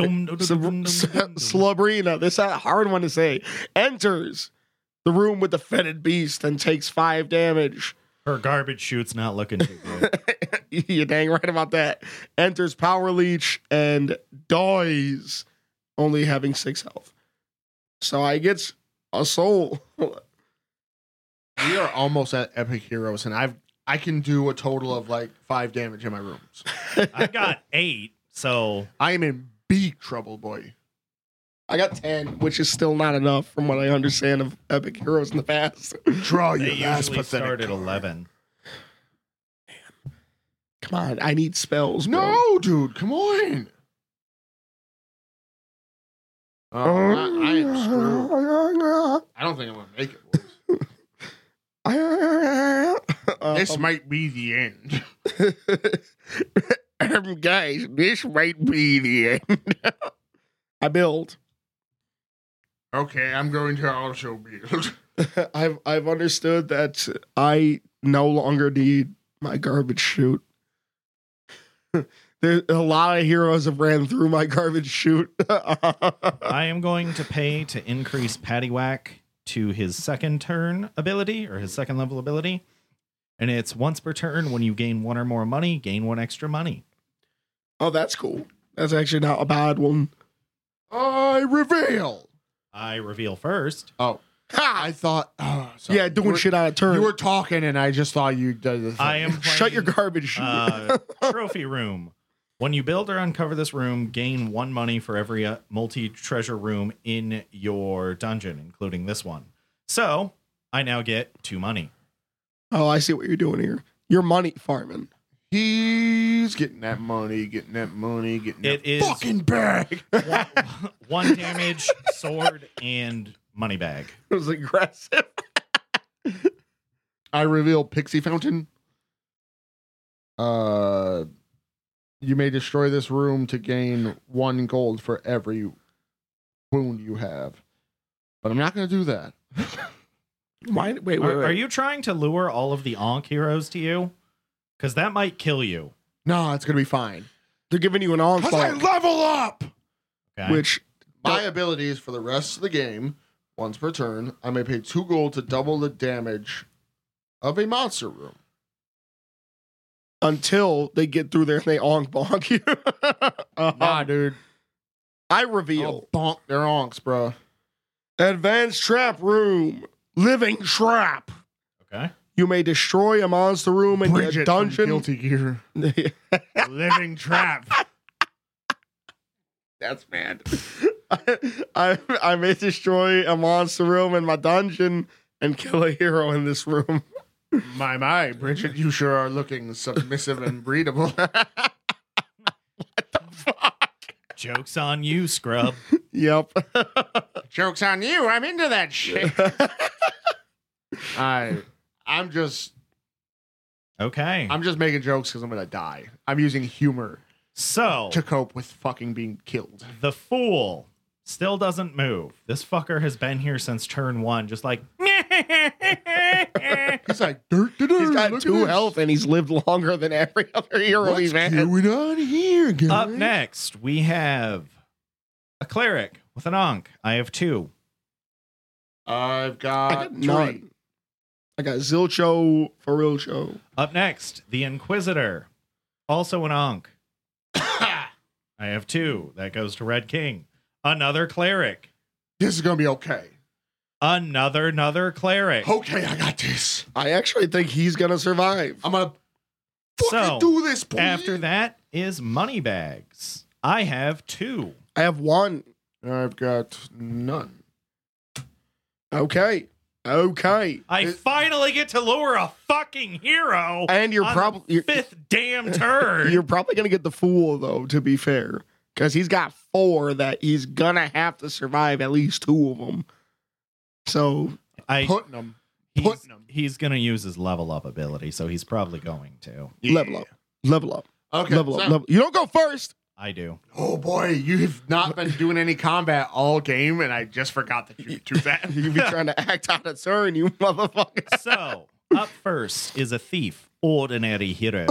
C: Slab- Slabrina, this is a hard one to say. Enters the room with the fetid beast and takes five damage.
B: Her garbage chute's not looking too good.
C: You're dang right about that. Enters Power Leech and dies, only having six health. So I get a soul.
A: We are almost at epic heroes, and I've I can do a total of like five damage in my rooms.
B: I got eight, so
A: I am in big trouble, boy.
C: I got 10, which is still not enough from what I understand of epic heroes in the past.
A: Draw
B: they
A: your last
B: usually
A: pathetic.
B: start at
A: card.
B: eleven.
C: Come on, I need spells. bro.
A: No, dude, come on.
C: Uh,
A: Oh, I, I am screwed. I don't think I'm gonna make it. Boys.
C: Um,
A: This might be the end.
C: um, guys, this might be the end. I build.
A: Okay, I'm going to also build.
C: I've I've understood that I no longer need my garbage chute. There's a lot of heroes have ran through my garbage chute.
B: I am going to pay to increase Paddywhack to his second turn ability or his second level ability. And it's once per turn when you gain one or more money, gain one extra money.
C: oh, that's cool. That's actually not a bad one.
A: I reveal.
B: I reveal first.
A: Oh, I thought. Oh, sorry.
C: yeah, doing
A: You were-
C: shit out of turn.
A: You were talking, and I just thought you did the thing.
B: I am playing,
C: Shut your garbage chute.
B: uh, trophy room. When you build or uncover this room, gain one money for every uh, multi treasure room in your dungeon, including this one. So I now get two money.
C: oh, I see what you're doing here. You're money farming.
A: He's getting that money, getting that money, getting
B: It
A: that
B: is-
A: fucking bag.
B: One, one damage, sword, and money bag.
C: It was aggressive.
A: I reveal Pixie Fountain. Uh, you may destroy this room to gain one gold for every wound you have, but I'm not gonna do that.
C: Why? Wait, wait,
B: Are,
C: wait.
B: are you trying to lure all of the Ankh heroes to you? Because that might kill you.
A: No, it's gonna be fine.
C: They're giving you an
A: Because I
C: onslaught,
A: level up.
B: Okay.
C: which
A: My abilities for the rest of the game, once per turn, I may pay two gold to double the damage of a monster room.
C: until they get through there and they onk bonk you. Uh-huh.
A: dude.
C: I
A: I'll
C: reveal
A: bonk their onks, bro.
C: advanced trap room, living trap.
B: okay.
C: You may destroy a monster room in
A: Bridget
C: a
A: from
C: dungeon.
A: Guilty Gear. Living Trap.
C: That's bad. I, I I may destroy a monster room in my dungeon and kill a hero in this room.
A: My, my, Bridget, you sure are looking submissive and breedable.
B: Jokes on you, scrub.
C: Yep.
A: Joke's on you. I'm into that shit. I, I'm just,
B: Okay.
A: I'm just making jokes because I'm gonna die. I'm using humor
B: So
C: Oh.
A: to cope with fucking being killed.
B: the fool still doesn't move. This fucker has been here since turn one, just like
A: He's like, dirt, dirt,
C: he's got two health and he's lived longer than every other hero
A: What's
C: he's had.
A: going on here, guys?
B: Up next, we have a cleric with an onk. I have two.
A: I've
C: I
A: got
C: got
A: three.
C: none. I got Zilcho for real show.
B: Up next, the Inquisitor, also an onk. I have two. That goes to Red King. Another cleric.
A: This is gonna be okay.
B: Another another cleric.
A: Okay, I got this.
C: I actually think he's gonna survive.
A: I'm gonna
B: So,
A: fucking do this. Boy.
B: After that is Moneybags. I have two.
C: I have one.
A: I've got none.
C: Okay. Okay.
B: I
A: It-
B: finally get to lure a fucking hero.
C: And you're
B: on
C: probably
B: the
C: you're,
B: fifth damn turn.
C: you're probably gonna get the fool though. To be fair, because he's got four that he's gonna have to survive at least two of them. So
B: I,
A: Putting them.
B: he's,
A: putting 'em.
B: he's gonna use his level up ability, so he's probably going to.
C: level up, level up,
A: Okay.
C: level up,
A: so-
C: level. You don't go first.
B: I do.
A: Oh boy, you've not been doing any combat all game, and I just forgot that you could do that.
C: You be trying to act out of turn, you motherfucker.
B: So up first is a thief, ordinary hero,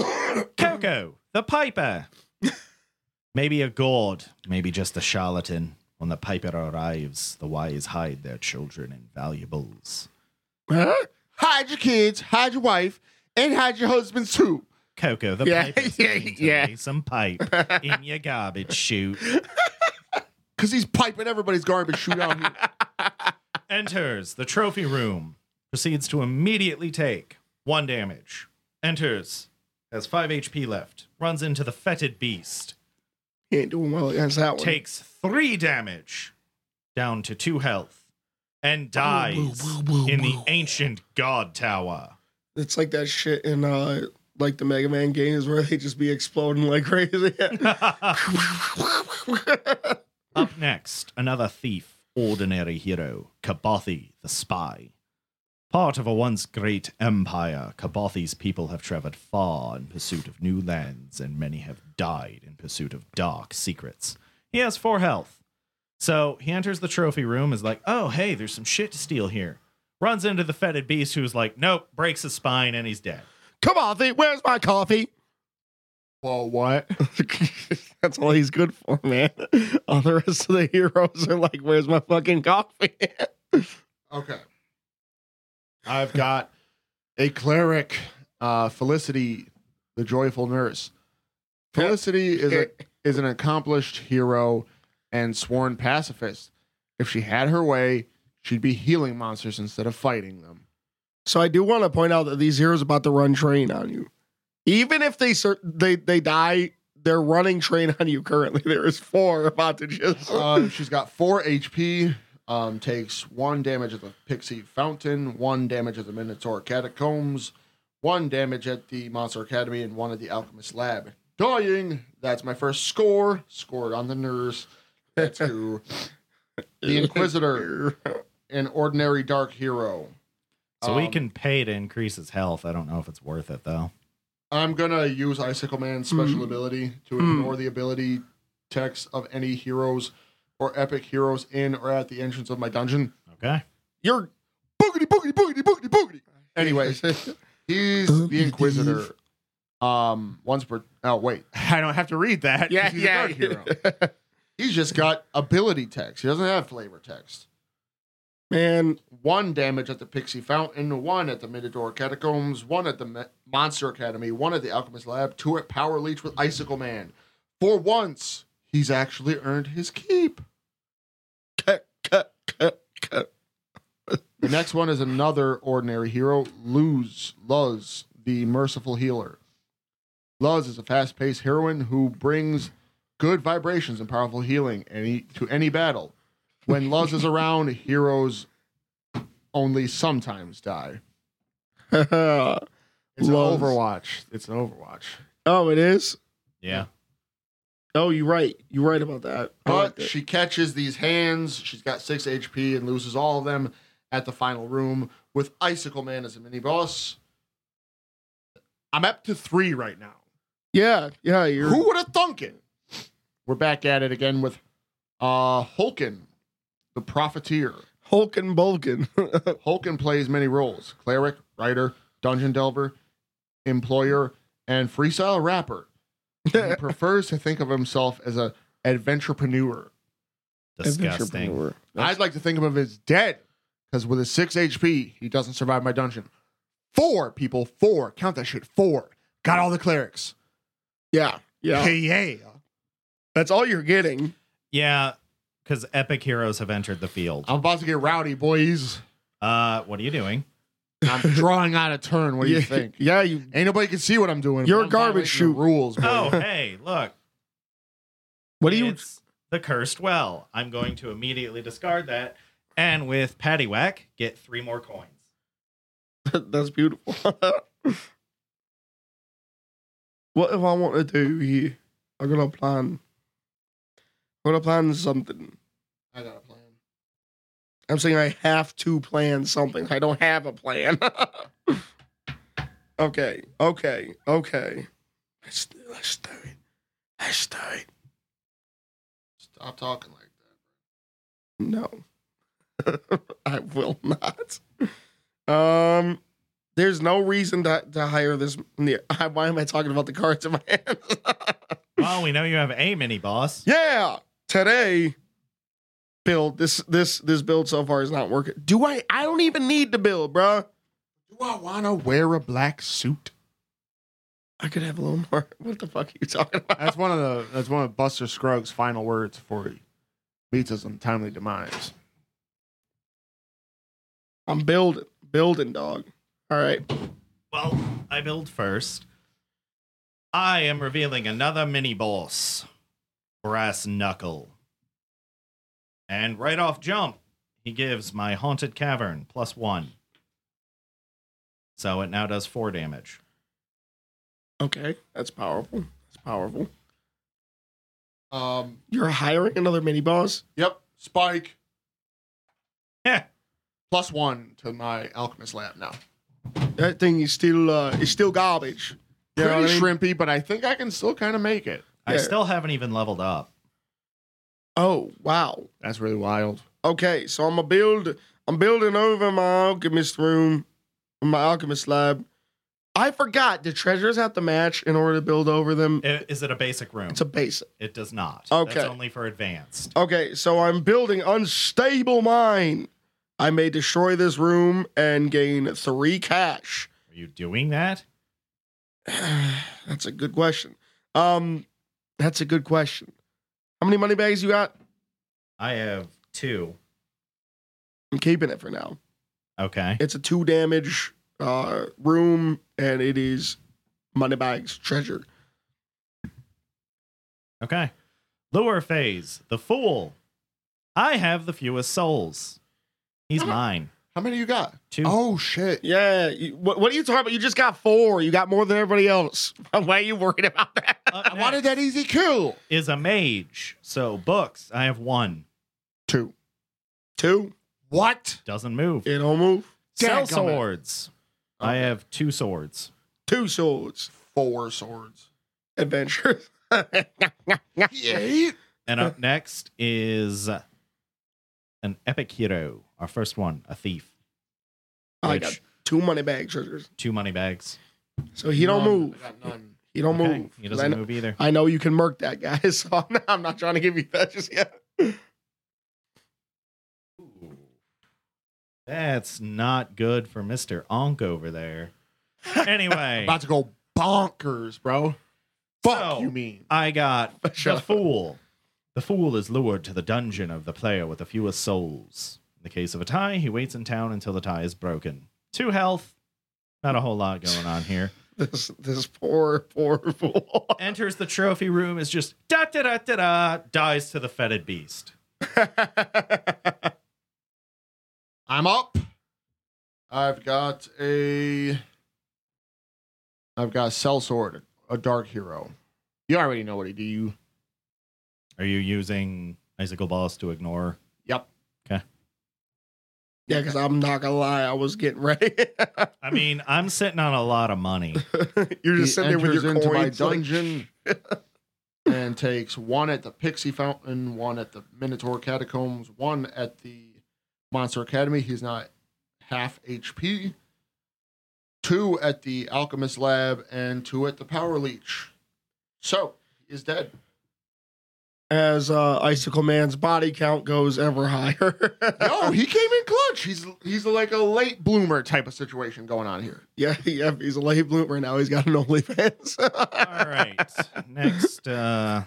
B: Coco the Piper. Maybe a gourd, maybe just a charlatan. When the piper arrives, the wise hide their children and valuables.
C: Huh?
A: hide your kids, hide your wife, and hide your husbands too.
B: Coco the
C: Yeah,
B: piper, piper's
C: yeah,
B: going to
C: yeah.
B: lay some pipe in your garbage chute.
A: Cause he's piping everybody's garbage shoot out here.
B: enters the trophy room, proceeds to immediately take one damage. Enters, has five HP left, runs into the fetid beast,
C: He ain't doing well against that one.
B: takes three damage, down to two health, and dies in the ancient god tower.
C: It's like that shit in uh like the Mega Man games where they just be exploding like crazy.
B: Up next, another thief, ordinary hero, Kabothi the spy. Part of a once great empire, Kabothi's people have traveled far in pursuit of new lands, and many have died in pursuit of dark secrets. He has four health. So he enters the trophy room, is like, oh, hey, there's some shit to steal here. Runs into the fetid beast, who's like, nope, breaks his spine, and he's dead.
C: Come on, Thief, where's my coffee?
A: Well, what?
C: That's all he's good for, man. All the rest of the heroes are like, where's my fucking coffee?
A: Okay. I've got a cleric, uh, Felicity, the joyful nurse. Felicity is a is an accomplished hero and sworn pacifist. If she had her way, she'd be healing monsters instead of fighting them.
C: so I do want to point out that these heroes are about to run train on you. Even if they sur- they they die, they're running train on you currently. There is four about to just
A: Um, she's got four HP. Um, takes one damage at the Pixie Fountain, one damage at the Minotaur Catacombs, one damage at the Monster Academy, and one at the Alchemist Lab. Dying. That's my first score. Scored on the nurse. That's who. the Inquisitor, an ordinary dark hero.
B: So we
A: Um,
B: can pay to increase his health. I don't know if it's worth it, though.
A: I'm gonna use Icicle Man's special ability to
C: Hmm.
A: ignore the ability text of any heroes or epic heroes in or at the entrance of my dungeon.
B: Okay.
C: you're
A: Boogity boogity boogity boogity boogity. Anyways, he's the Inquisitor. Um, once per. Oh wait, I don't have to read that.
C: Yeah,
A: 'cause he's a
C: yeah.
A: dark hero. He's just got ability text. He doesn't have flavor text.
C: Man,
A: One damage at the Pixie Fountain, one at the Midator Catacombs, one at the Me- Monster Academy, one at the Alchemist Lab, two at Power Leech with Icicle Man. For once, he's actually earned his keep.
C: cut, cut, cut, cut.
A: The next one is another ordinary hero, Luz, Luz, the merciful healer. Luz is a fast paced heroine who brings good vibrations and powerful healing any, to any battle. When Luz is around, heroes only sometimes die.
C: oh,
A: It's an
C: Luz.
A: Overwatch. It's an Overwatch.
C: Oh, it is.
B: Yeah.
C: Oh, you're right. You're right about that. I like
A: But
C: that.
A: she catches these hands. She's got six HP and loses all of them at the final room with Icicle Man as a mini boss. I'm up to three right now.
C: yeah, yeah. You're
A: Who would have thunk it? We're back at it again with uh Hulkin, the profiteer.
C: Hulk and Bulkin.
A: Hulkin plays many roles: cleric, writer, dungeon delver, employer, and freestyle rapper. He prefers to think of himself as a adventurepreneur.
B: Disgusting.
C: Adventurepreneur.
A: I'd like to think of him as dead because with his six HP, he doesn't survive my dungeon. Four people, four. Count that shit. Four. Got all the clerics.
C: Yeah, yeah.
A: yeah.
C: That's all you're getting.
B: Yeah, because epic heroes have entered the field.
A: I'm about to get rowdy, boys.
B: Uh, what are you doing?
A: I'm drawing out a turn. What do you
C: Yeah,
A: think?
C: Yeah, you.
A: Ain't nobody can see what I'm doing. but
C: You're a
A: I'm
C: garbage
A: violating the
C: chute.
A: Rules. boy.
B: Oh, hey, look.
C: What do you?
B: It's the cursed well. I'm going to immediately discard that, and with Paddywhack, get three more coins.
C: That's beautiful. what if I want to do here? I got a plan. I got to plan something.
A: I got a plan.
C: I'm saying I have to plan something. I don't have a plan. okay, okay, okay. Let's do, let's do it. Let's do it.
A: Stop talking like that.
C: No, I will not. Um, there's no reason to, to hire this. Yeah, I- Why am I talking about the cards in my hand?
B: Well, we know you have a mini boss.
C: yeah, today build this this this build so far is not working. Do I? I don't even need to build, bruh.
A: Do I want to wear a black suit?
C: I could have a little more. What the fuck are you talking about?
A: That's one of the. That's one of Buster Scruggs' final words before he meets his untimely demise.
C: I'm building, building, dog. All right.
B: Well, I build first. I am revealing another mini boss, Brass Knuckle. And right off jump, he gives my Haunted Cavern plus one. So it now does four damage.
C: Okay, that's powerful. That's powerful.
A: Um.
C: You're hiring another mini boss.
A: Yep. Spike
B: Yeah.
A: plus one to my alchemist lab now.
C: That thing is still uh, it's still garbage. You
A: Pretty
C: know what I mean?
A: shrimpy, but I think I can still kind of make it.
B: I
C: Yeah.
B: still haven't even leveled up.
C: Oh wow.
A: That's really wild.
C: Okay, so I'm a build. I'm building over my alchemist room, my alchemist lab. I forgot. Do treasures have to match in order to build over them?
B: I- Is it a basic room?
C: It's a basic.
B: It does not.
C: Okay.
B: That's only for advanced.
C: Okay, so I'm building unstable mine. I may destroy this room and gain three cash.
B: Are you doing that?
C: that's a good question. Um, that's a good question. How many money bags you got?
B: I have two.
C: I'm keeping it for now.
B: Okay.
C: It's a two damage uh, room, and it is money bags treasure.
B: Okay. Lure phase. The fool. I have the fewest souls. He's mine.
A: How many you got?
B: Two.
A: Oh shit.
C: Yeah. You, what, what are you talking about? You just got four. You got more than everybody else. Why are you worried about that?
A: I
B: Up
A: wanted
B: next
A: that easy kill.
B: Is a mage. So books. I have one.
A: Two.
C: Two.
A: What?
B: Doesn't move.
C: It don't move.
B: Sell
A: Dadgummit.
B: swords. I have two swords.
C: Two swords.
A: Four swords.
C: Adventure.
A: Yeah.
B: And up next is an epic hero. Our first one, a thief.
C: I
B: Which
C: got two money bag treasures,
B: two money bags.
C: so he don't move.
A: I got none.
C: He don't
B: Okay.
C: move.
B: He
C: I
B: doesn't
C: know,
B: move either.
C: I know you can murk that guy, so I'm not, I'm not trying to give you that just yet.
B: That's not good for Mr. Onk over there. Anyway,
A: About to go bonkers, bro. Fuck
B: So-
A: you mean.
B: I got
C: Shut
B: the
C: up.
B: fool. The fool is lured to the dungeon of the player with the fewest souls. In the case of a tie, he waits in town until the tie is broken. Two health. Not a whole lot going on here.
C: This this poor poor fool.
B: Enters the trophy room is just da da da da da. Dies to the fetid beast.
A: I'm up. I've got a. I've got a sellsword, a dark hero. You already know what he do. You.
B: Are you using icicle balls to ignore?
A: Yep.
C: yeah, because I'm not gonna lie, I was getting ready.
B: I mean, I'm sitting on a lot of money.
C: You're just sitting there with your
A: into my
C: coins. like,
A: dungeon and takes one at the Pixie Fountain, one at the Minotaur Catacombs, one at the Monster Academy. He's not half HP. Two at the Alchemist Lab and two at the Power Leech. So he is dead.
C: as uh, Icicle Man's body count goes ever higher.
A: No, he came in clutch. He's he's like a late bloomer type of situation going on here.
C: yeah, yeah, he's a late bloomer now. He's got an OnlyFans.
B: All right. Next, uh,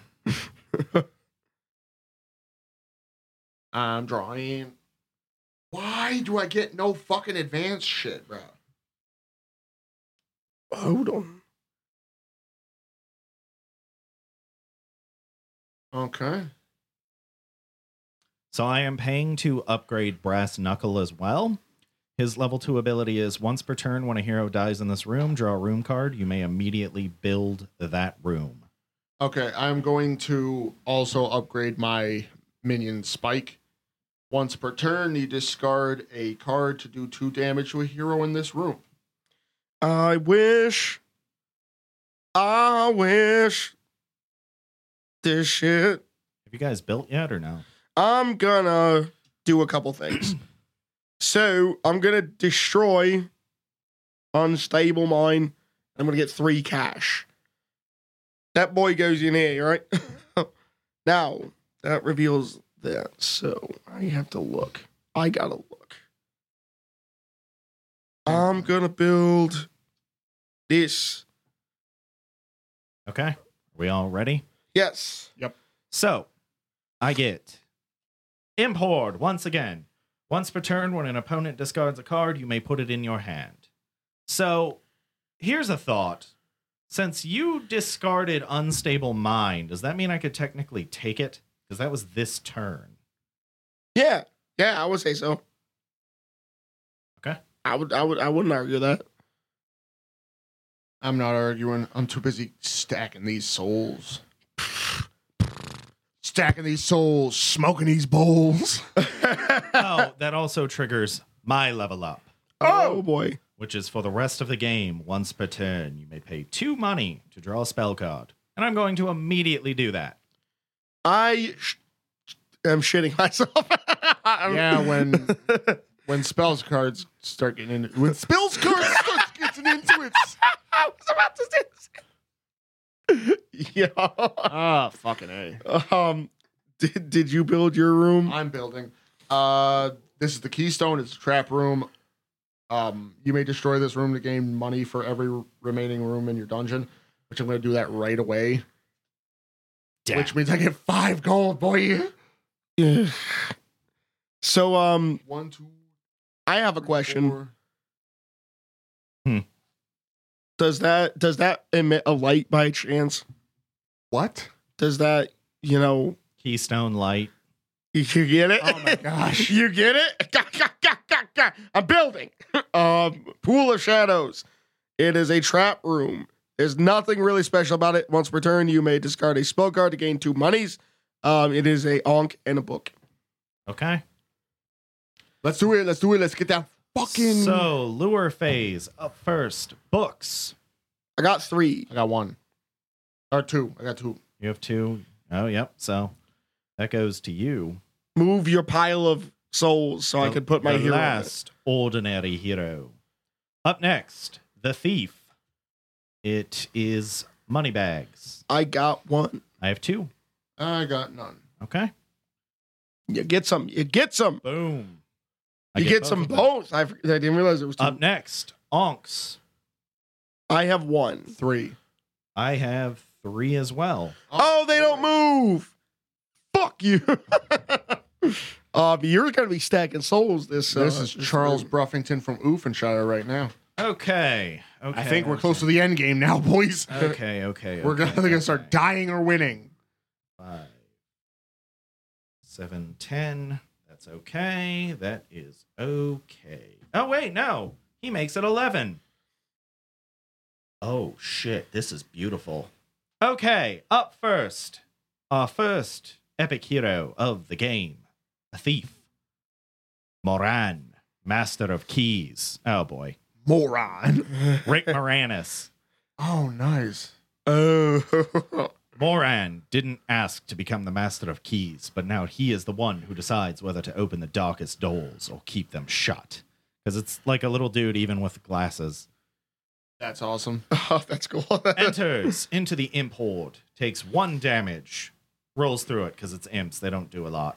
A: I'm drawing. Why do I get no fucking advance shit, bro?
C: Hold on.
A: Okay.
B: so I am paying to upgrade Brass Knuckle as well. His level two ability is once per turn, when a hero dies in this room, draw a room card. You may immediately build that room.
A: Okay, I'm going to also upgrade my minion Spike. Once per turn, you discard a card to do two damage to a hero in this room.
C: I wish. I wish. This shit.
B: Have you guys built yet or no?
C: I'm gonna do a couple things. so I'm gonna destroy unstable mine. And I'm gonna get three cash. That boy goes in here, right? now that reveals that. So I have to look. I gotta look. I'm gonna build this.
B: Okay. Are we all ready?
C: Yes.
B: So I get Import once again. Once per turn, when an opponent discards a card, you may put it in your hand. So here's a thought. Since you discarded Unstable Mind, does that mean I could technically take it? Because that was this turn.
C: Yeah. Yeah, I would say so.
B: Okay.
C: I would I would I wouldn't argue that.
A: I'm not arguing. I'm too busy stacking these souls. Stacking these souls, smoking these bowls.
B: oh, that also triggers my level up,
C: Oh boy.
B: which is for the rest of the game. Once per turn, you may pay two money to draw a spell card. And I'm going to immediately do that.
C: I sh- am shitting myself.
A: yeah, when when spells cards start getting into when spells cards starts getting into it.
C: I was about to say this. yeah.
A: Ah, fucking a.
C: Um did, did you build your room?
A: I'm building. Uh, this is the keystone. It's a trap room. Um, you may destroy this room to gain money for every remaining room in your dungeon, which I'm going to do that right away.
B: Damn.
A: Which means I get five gold, boy.
C: Yeah. so um
A: One, two,
C: I have a
A: three,
C: question.
A: four.
C: Does that does that emit a light by chance?
A: What?
C: Does that, you know,
B: Keystone Light.
C: You, you get it?
A: Oh my gosh.
C: you get it? Gah, gah, gah, gah, gah. I'm building. um, Pool of Shadows. It is a trap room. There's nothing really special about it. Once per turn, you may discard a spell card to gain two monies. Um, it is a onk and a book.
B: Okay.
A: Let's do it. Let's do it. Let's get that fucking.
B: So lure phase up first. Books.
C: I got three.
A: I got one. Or two. I got two.
B: You have two. Oh, yep. So that goes to you.
C: Move your pile of souls so I
B: The-
C: could put my
B: the
C: hero. in it.
B: last ordinary hero. Up next, the thief. It is Money bags.
C: I got one.
B: I have two.
A: I got none.
B: Okay.
C: You get some. You get some.
B: Boom. I
C: You get,
B: both
C: some
B: of them. Um,
C: bones. I, for- I didn't realize it was two.
B: Up next, Onks.
C: I have one.
A: Three.
B: I have three as well.
C: Oh, they don't move. Fuck you. uh, but you're gonna be stacking souls this. Uh,
A: this is Charles
C: room.
A: Bruffington from Oofenshire right now.
B: Okay. Okay.
A: I think we're
B: okay.
A: close to the end game now, boys.
B: Okay. Okay.
A: We're gonna,
B: okay,
A: they're gonna start
B: okay.
A: dying or winning.
B: Five, seven, ten. That's okay. That is okay. Oh wait, no. He makes it eleven. Oh shit! This is beautiful. Okay, up first. Our first epic hero of the game, a thief, Moran, master of keys. Oh boy,
A: Moron.
B: Rick Moranis.
A: oh, nice.
C: Oh,
B: Moran didn't ask to become the master of keys, but now he is the one who decides whether to open the darkest doors or keep them shut. Because it's like a little dude, even with glasses,
A: That's awesome.
C: oh, that's cool.
B: enters into the imp horde, takes one damage, rolls through it because it's imps, they don't do a lot.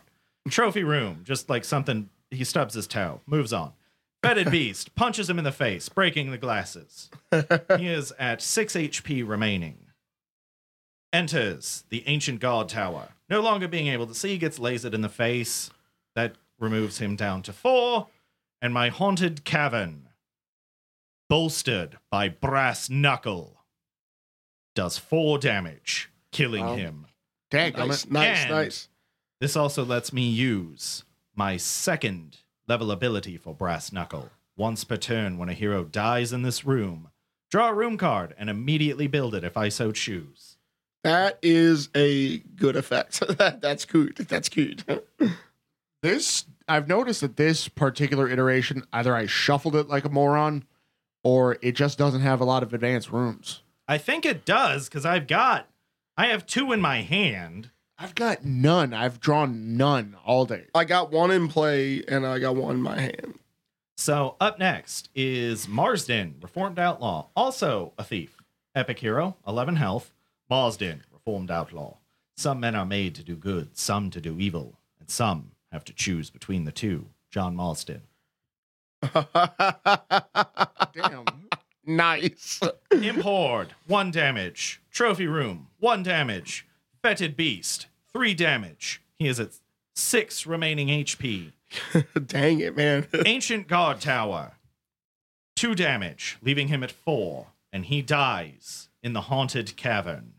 B: Trophy room, just like something, he stubs his toe, moves on. Fetid beast punches him in the face, breaking the glasses. he is at 6 HP remaining. Enters the ancient guard tower. No longer being able to see, gets lasered in the face. That removes him down to 4. And my haunted cavern, bolstered by brass knuckle, does 4 damage, killing
A: Wow.
B: him.
A: Dang,
C: nice, nice,
B: And-
C: nice.
B: This also lets me use my second level ability for Brass Knuckle. Once per turn, when a hero dies in this room, draw a room card and immediately build it if I so choose.
C: That is a good effect. that, that's cute. That's cute.
A: this I've noticed that this particular iteration either I shuffled it like a moron or it just doesn't have a lot of advanced rooms.
B: I think it does because I've got, I have two in my hand.
A: I've got none. I've drawn none all day.
C: I got one in play and I got one in my hand.
B: So up next is Marsden, reformed outlaw, also a thief, epic hero, eleven health. Marsden, reformed outlaw. Some men are made to do good, some to do evil, and some have to choose between the two. John Marsden.
A: Damn.
C: nice.
B: Import, one damage. Trophy room, one damage. Fetid beast, three damage. He is at six remaining HP.
C: Dang it, man.
B: Ancient guard tower, two damage, leaving him at four, and he dies in the haunted cavern.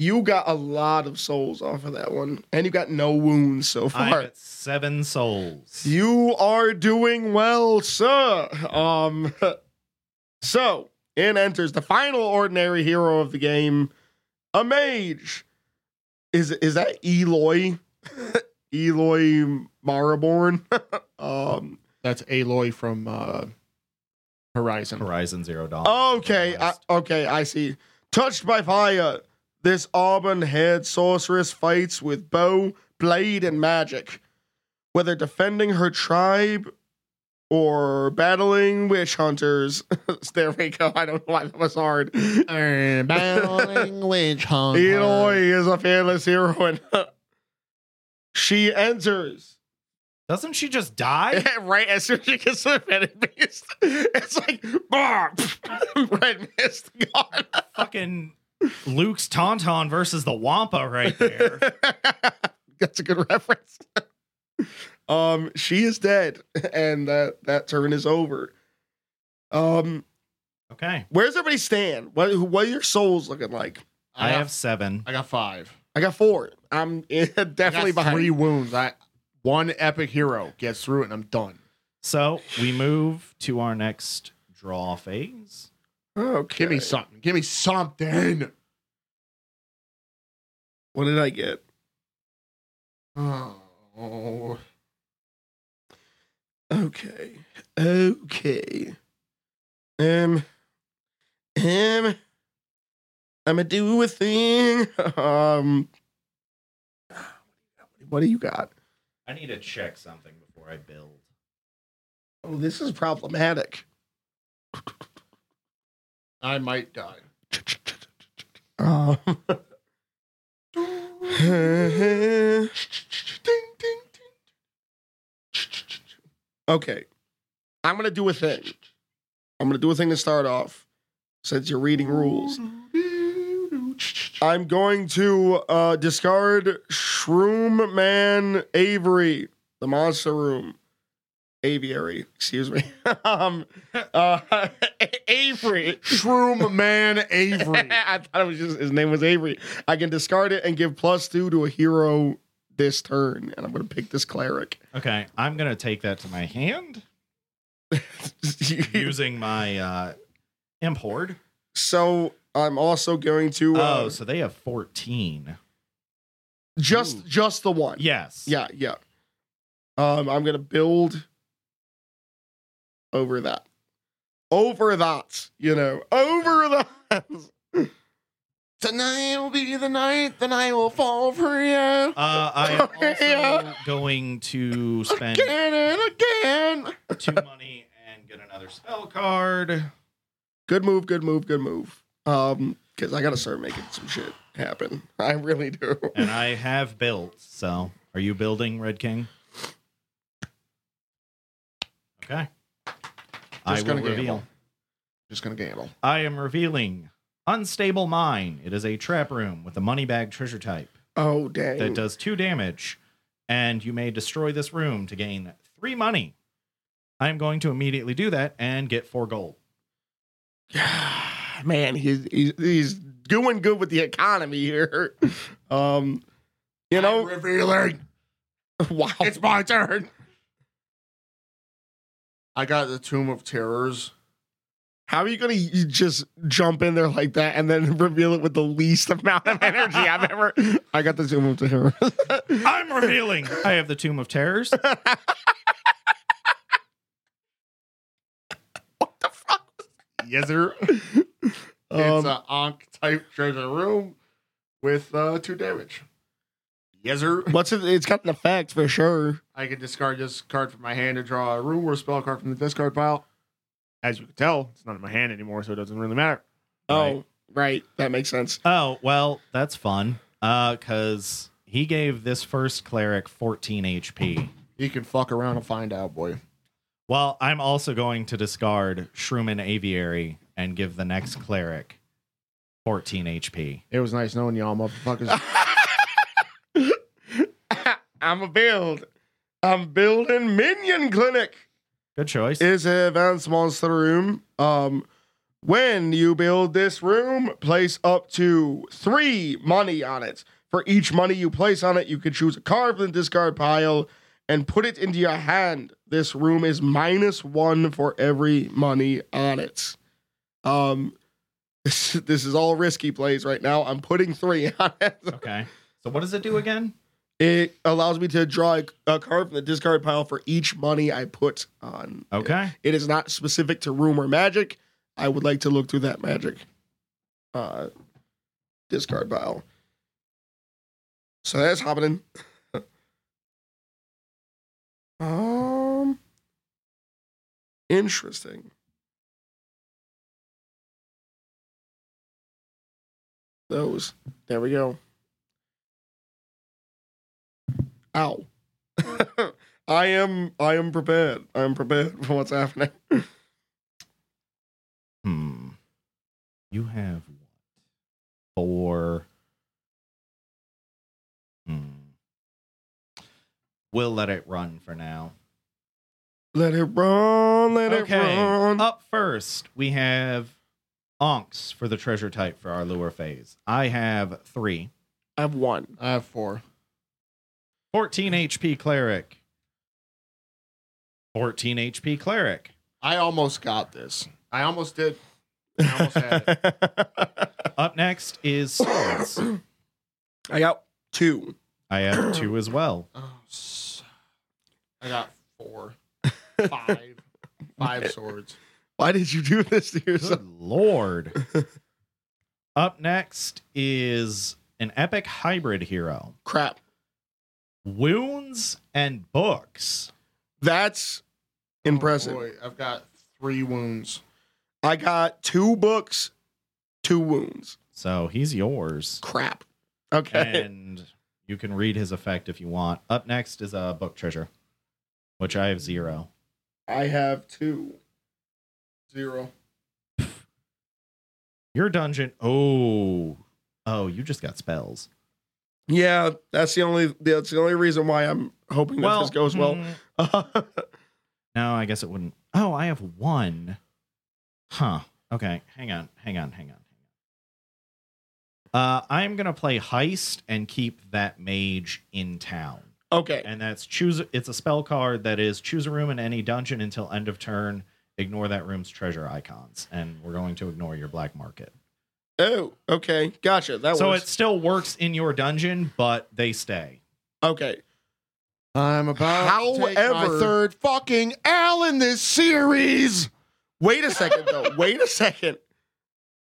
C: You got a lot of souls off of that one, and you got no wounds so
B: I'm
C: far.
B: at seven souls.
C: You are doing well, sir. Um, so in enters the final ordinary hero of the game, a mage. Is is that Eloy? Eloy Maraborn. um,
A: That's Aloy from uh, Horizon.
B: Horizon Zero Dawn.
C: okay, I, okay, I see. Touched by fire, this auburn-haired sorceress fights with bow, blade, and magic, whether defending her tribe or battling witch hunters. there we go. I don't know why that was hard.
A: Uh, Battling Witch Hunter.
C: Eloy is a fearless heroine. she enters.
B: Doesn't she just die?
C: right as soon as she gets to the fetid beast, it's like, bah, red mist gone.
B: Fucking Luke's Tauntaun versus the Wampa right there.
C: That's a good reference. um, she is dead, and that that turn is over. Um,
B: Okay.
C: where's everybody stand? What what are your souls looking like?
B: I have seven.
A: I got five.
C: I got four. I'm
A: I got
C: definitely behind.
A: three wounds. I one epic hero gets through it and I'm done.
B: So we move to our next draw phase.
C: Okay.
A: Give me something. Give me something.
C: What did I get?
A: Oh.
C: Okay. Okay. Um. Um. I'ma do a thing. Um. Ah, What do you got?
B: I need to check something before I build.
C: Oh, this is problematic.
A: I might die.
C: Um, okay. I'm going to do a thing. I'm going to do a thing to start off since you're reading rules. I'm going to uh, discard Shroom Man Avery, the monster room. Aviary, excuse me. um, uh, Avery.
A: Shroom Man Avery.
C: I thought it was just his name was Avery. I can discard it and give plus two to a hero this turn, and I'm gonna pick this cleric.
B: Okay, I'm gonna take that to my hand using my uh, imp horde.
C: so I'm also going to uh,
B: Oh, so they have 14.
C: just
B: Ooh.
C: just the one.
B: Yes.
C: yeah, yeah. Um, I'm gonna build over that, over that, you know, over that. Tonight will be the night that I will fall for you
B: Uh, I am also
C: Yeah.
B: going to spend
C: again and again.
B: two money and get another spell card.
C: good move, good move, good move. Um, because I gotta start making some shit happen. I really do.
B: And I have built. So, are you building, Red King? Okay. I
C: Just
B: will
C: gonna gamble.
B: reveal.
C: Just gonna gamble.
B: I am revealing Unstable Mine. It is a trap room with a money bag treasure type.
C: Oh dang.
B: that does two damage, and you may destroy this room to gain three money. I am going to immediately do that and get four gold.
C: Man, he's, he's he's doing good with the economy here. Um, you
A: I'm
C: know,
A: revealing.
C: wow.
A: It's my turn. I got the Tomb of Terrors.
C: How are you gonna y- just jump in there like that and then reveal it with the least amount of energy I've ever? I got the zoom up to her.
B: I'm revealing. I have the Tomb of Terrors.
A: Yes, sir. it's
C: Um,
A: a Ankh type treasure room with uh, two damage. Yes, sir.
C: what's it? It's got an effect for sure.
A: I can discard this card from my hand to draw a room or spell card from the discard pile. As you can tell, it's not in my hand anymore, so it doesn't really matter.
C: Oh, right, that makes sense.
B: Oh, well, that's fun. Uh, cause he gave this first cleric 14 HP.
A: You can fuck around and find out, boy.
B: Well, I'm also going to discard Shrooman Aviary and give the next cleric 14 HP.
A: It was nice knowing y'all, motherfuckers.
C: I'm a build. I'm building Minion Clinic.
B: Good choice.
C: is an advanced monster room. Um, when you build this room, place up to three money on it. For each money you place on it, you can choose a card from the discard pile and put it into your hand. This room is minus one for every money on it. Um, this, this is all risky plays right now. I'm putting three on it.
B: Okay. So what does it do again?
C: It allows me to draw a, a card from the discard pile for each money I put on. it.
B: Okay.
C: It is not specific to room or magic. I would like to look through that magic uh, discard pile. So that's happening. um, interesting. Those. There we go. Ow. I am. I am prepared. I am prepared for what's happening.
B: Hmm. You have what? Four. Hmm. We'll let it run for now.
C: Let it run, let
B: okay.
C: it run.
B: Up first, we have Onks for the treasure type for our lure phase. I have three.
C: I have one.
A: I have four.
B: 14 HP cleric. 14 HP cleric.
A: I almost got this. I almost did. I almost had it.
B: Up next is swords.
C: I got two.
B: I have two as well.
A: Oh, s- I got four, five, five swords.
C: Why did you do this to yourself?
B: Good lord. Up next is an epic hybrid hero.
C: Crap.
B: Wounds and books.
C: That's impressive.
A: Oh, boy, I've got three wounds.
C: I got two books, two wounds.
B: So he's yours.
C: Crap. Okay.
B: and you can read his effect if you want. Up next is a uh, book treasure, which I have zero.
C: I have two. Zero.
B: Your dungeon. Oh, oh, you just got spells.
C: Yeah, that's the only that's the only reason why I'm hoping that this goes well.
B: mm, No, I guess it wouldn't. Oh, I have one. Huh. Okay. Hang on. Hang on. Hang on. Uh, I'm gonna play heist and keep that mage in town.
C: okay.
B: and that's choose it's a spell card that is choose a room in any dungeon until end of turn ignore that room's treasure icons and we're going to ignore your black market
C: Oh, okay. Gotcha. That
B: so
C: works.
B: it still works in your dungeon but they stay
C: okay.
A: I'm about to take my
C: However-
A: third fucking L in this series.
C: Wait a second though. Wait a second.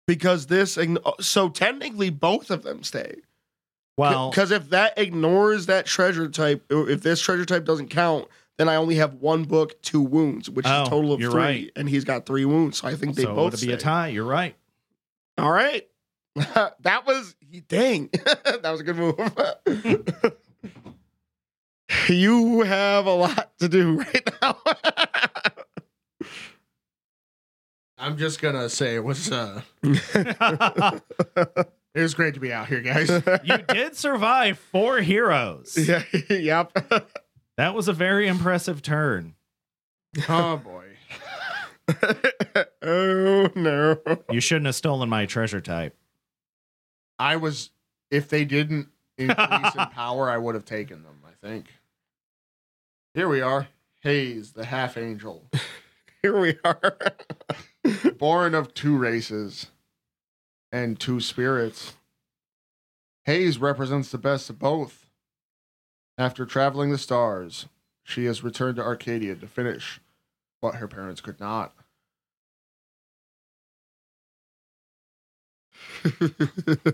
C: Because this igno- so technically both of them stay.
B: well
C: Because if that ignores that treasure type, or if this treasure type doesn't count, then I only have one book, two wounds, which is
B: Oh,
C: a total of
B: you're
C: three,
B: right.
C: and he's got three wounds. So I think they
B: so
C: both
B: it'll be a
C: stay.
B: tie you're right
C: All right. that was dang. that was a good move. you have a lot to do right now.
A: I'm just gonna say it was uh it was great to be out here, guys.
B: you did survive four heroes
C: yeah, yep.
B: that was a very impressive turn
A: oh boy.
C: oh no.
B: you shouldn't have stolen my treasure type
A: I was if they didn't increase in power, I would have taken them, I think. Here we are. Hayes, the half angel.
C: Here we are.
A: born of two races and two spirits. Hayes represents the best of both. After traveling the stars, she has returned to Arcadia to finish what her parents could not.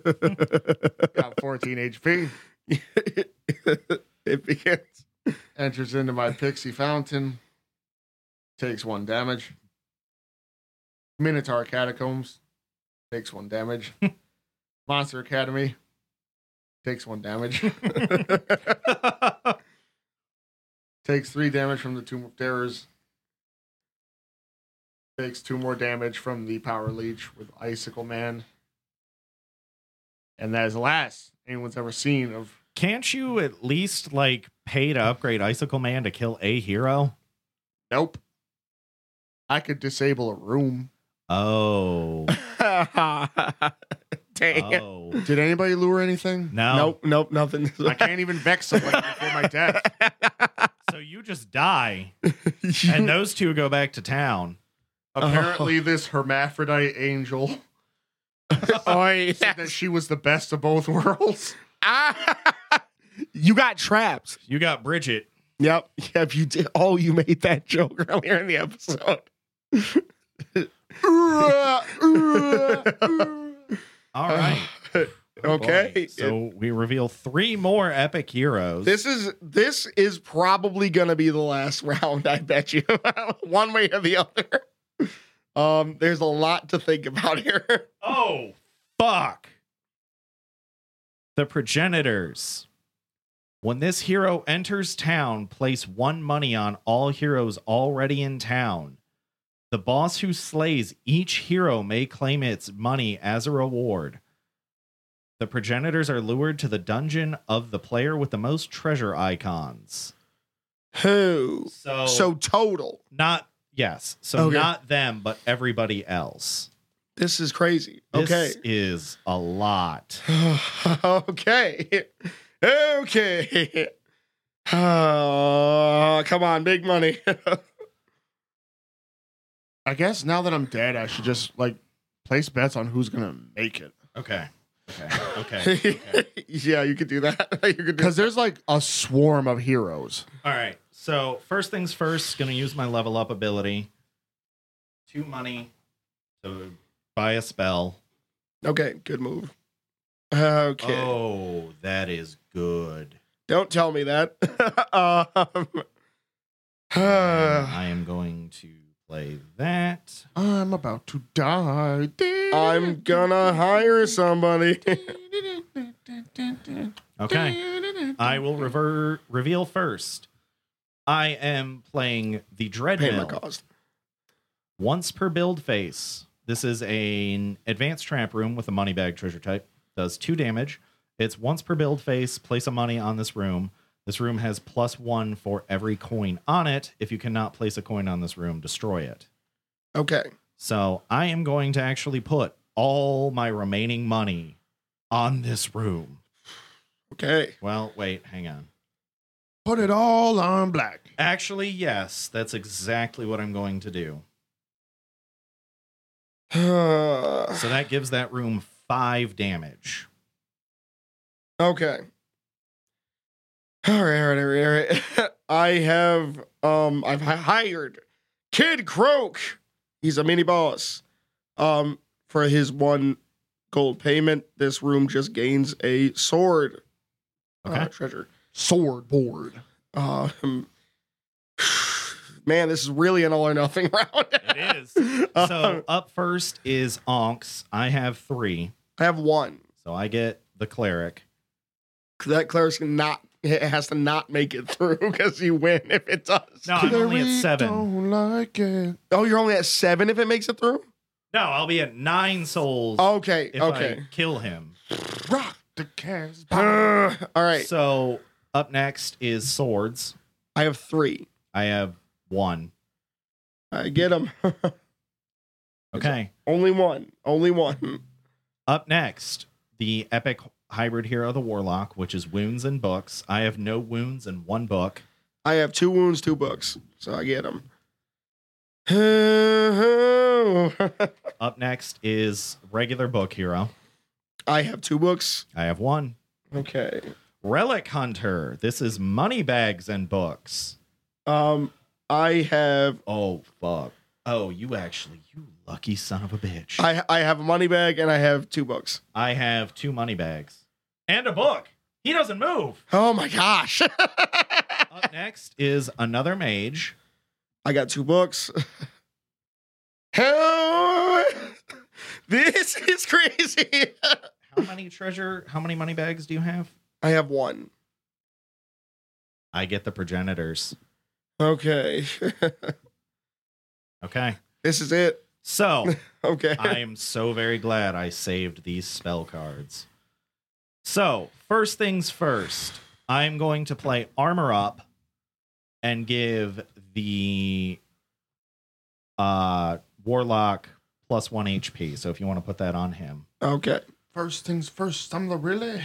A: Got 14 HP,
C: it begins.
A: enters into my pixie fountain, takes one damage. Minotaur Catacombs takes one damage. Monster Academy takes one damage. takes three damage from the Tomb of Terrors. Takes two more damage from the Power Leech with Icicle Man. And that is the last anyone's ever seen of.
B: can't you at least like pay to upgrade icicle man to kill a hero
A: Nope. I could disable a room.
B: oh
C: Dang it.
B: oh
A: Did anybody lure anything?
B: no
C: Nope, nope, nothing.
A: I can't even vex someone before my death.
B: So you just die, and those two go back to town.
A: Apparently, this hermaphrodite angel
C: oh, yeah.
A: said that she was the best of both worlds.
C: Ah, you got trapped.
B: You got Bridget.
C: Yep. Yep. You did. Oh, you made that joke earlier in the episode.
B: All right.
C: okay.
B: Boy. So we reveal three more epic heroes.
C: this is this is probably gonna be the last round. I bet you, one way or the other. Um, there's a lot to think about here.
B: oh, fuck. The progenitors. When this hero enters town, place one money on all heroes already in town. The boss who slays each hero may claim its money as a reward. The progenitors are lured to the dungeon of the player with the most treasure icons.
C: Who?
B: So,
C: So total.
B: not yes, so
C: Okay.
B: not them, but everybody else.
C: This is crazy.
B: This
C: Okay.
B: is a lot.
C: okay. Okay. Oh, come on, big money.
A: I guess now that I'm dead, I should just like place bets on who's gonna make it.
B: Okay. Okay. Okay.
C: yeah, you could do that. you could do
A: Because there's like a swarm of heroes.
B: All right. So first things first, gonna use my level up ability. Two money to buy a spell.
C: Okay, good move. Okay.
B: Oh, that is good.
C: Don't tell me that. um,
B: I am going to Play that.
A: I'm about to die.
C: I'm gonna hire somebody.
B: Okay. I will rever- reveal first. I am playing the
C: Pay my
B: Dreadmill
C: cost.
B: once per build phase. This is an advanced trap room with a money bag treasure type. Does two damage. It's once per build phase. Place a money on this room. This room has plus one for every coin on it. If you cannot place a coin on this room, destroy it.
C: Okay.
B: So I am going to actually put all my remaining money on this room.
C: Okay.
B: Well, wait, hang on.
A: Put it all on black.
B: Actually, yes, that's exactly what I'm going to do. So that gives that room five damage.
C: Okay. All right, all right, all right, all right. I have um I've hi- hired Kid Croak. He's a mini boss. Um for his one gold payment, this room just gains a sword uh,
B: Okay.
C: treasure.
A: Sword board.
C: Um man, this is really an all or nothing round.
B: It is.
C: Uh,
B: So up first is Onks. I have three,
C: I have one.
B: so I get the cleric.
C: That cleric's not it has to not make it through because you win if it does.
B: No, I'm only
A: Clarice
B: at seven.
A: Don't like it.
C: Oh, you're only at seven if it makes it through?
B: No, I'll be at nine souls
C: Okay,
B: if
C: Oh, okay.
B: I kill him.
A: Rock the Casbah.
C: All right.
B: So up next is swords.
C: I have three.
B: I have one.
C: I get them.
B: Okay.
C: Only one. Only one.
B: Up next, the epic hybrid hero, the warlock, which is wounds and books. I have no wounds and one book.
C: I have two wounds, two books. So I get them. I
B: Up next is regular book hero.
C: have two books.
B: I have one.
C: Okay.
B: Relic hunter. This is money bags and books.
C: Um, I have
B: Oh fuck. Oh, you actually, you lucky son of a bitch. I,
C: I I have a money bag and I have two books.
B: have two money bags and a book. He doesn't move.
C: Oh my gosh.
B: Up next is another mage.
C: I got two books. Hell, this is crazy.
B: How many treasure? How many money bags do you have?
C: I have one.
B: I get the progenitors.
C: Okay.
B: Okay.
C: this is it.
B: So
C: Okay.
B: I am so very glad I saved these spell cards. So, first things first, I'm going to play Armor Up and give the uh, Warlock plus one HP. So, if you want to put that on him,
C: Okay.
A: First things first, I'm the really.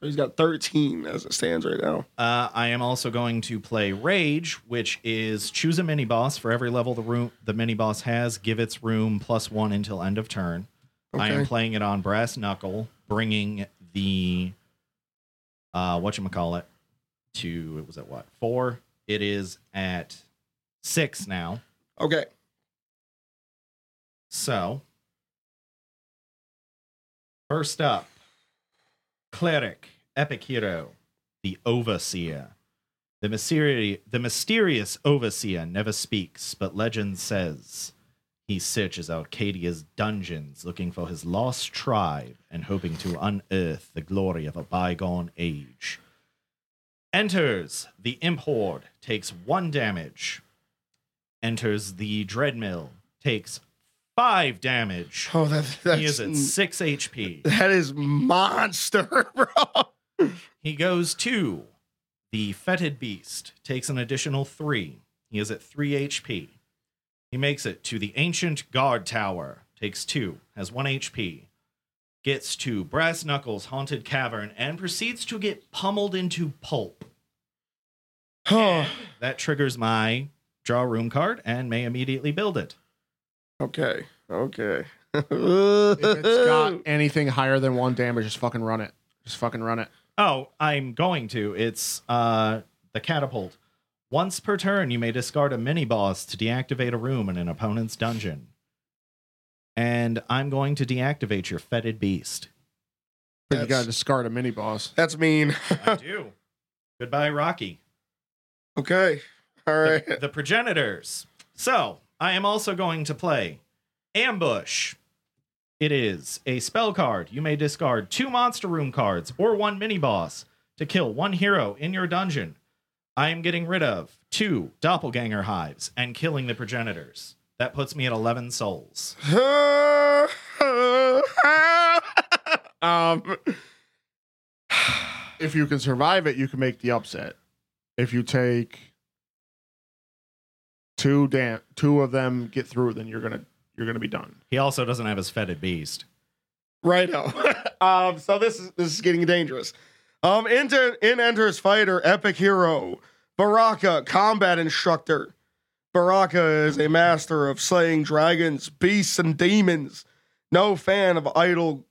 C: So he's got 13 as it stands right now.
B: uh, I am also going to play Rage, which is choose a mini boss for every level the room the mini boss has. Give its room plus one until end of turn. I am
C: Okay.
B: playing it on brass knuckle, bringing the uh whatchamacallit to it was at what? 4. It is at 6 now.
C: Okay.
B: So First up, cleric, epic hero, the overseer. The mysterious, the mysterious overseer never speaks, but legend says he searches Arcadia's dungeons looking for his lost tribe and hoping to unearth the glory of a bygone age. Enters the imp horde, takes one damage. Enters the dreadmill, takes five damage.
C: Oh, that,
B: He is at
C: that's,
B: six HP.
C: that is monster, bro.
B: He goes to the fetid beast, takes an additional three. He is at three HP. He makes it to the ancient guard tower, takes two, has one HP, gets to Brass Knuckles' haunted cavern, and proceeds to get pummeled into pulp.
C: Oh,
B: That triggers my draw room card and may immediately build it.
C: okay. Okay.
A: If it's got anything higher than one damage, just fucking run it. Just fucking run it.
B: Oh, I'm going to. It's uh the catapult. Once per turn, you may discard a mini boss to deactivate a room in an opponent's dungeon. And I'm going to deactivate your fetid beast.
A: But you
C: That's-
A: gotta discard a mini boss.
C: That's mean.
B: I do. Goodbye, Rocky.
C: okay. All right.
B: The, the progenitors. So I am also going to play Ambush. It is a spell card. You may discard two monster room cards or one mini boss to kill one hero in your dungeon. I am getting rid of two doppelganger hives and killing the progenitors. That puts me at 11 souls.
C: Ah. um,
A: If you can survive it, you can make the upset. If you take two damn two of them get through, then you're gonna you're gonna be done.
B: He also doesn't have his fetid beast.
C: righto. um, so this is this is getting dangerous. Um, enter in enters fighter, epic hero, Baraka, combat instructor. Baraka is a master of slaying dragons, beasts, and demons. No fan of idle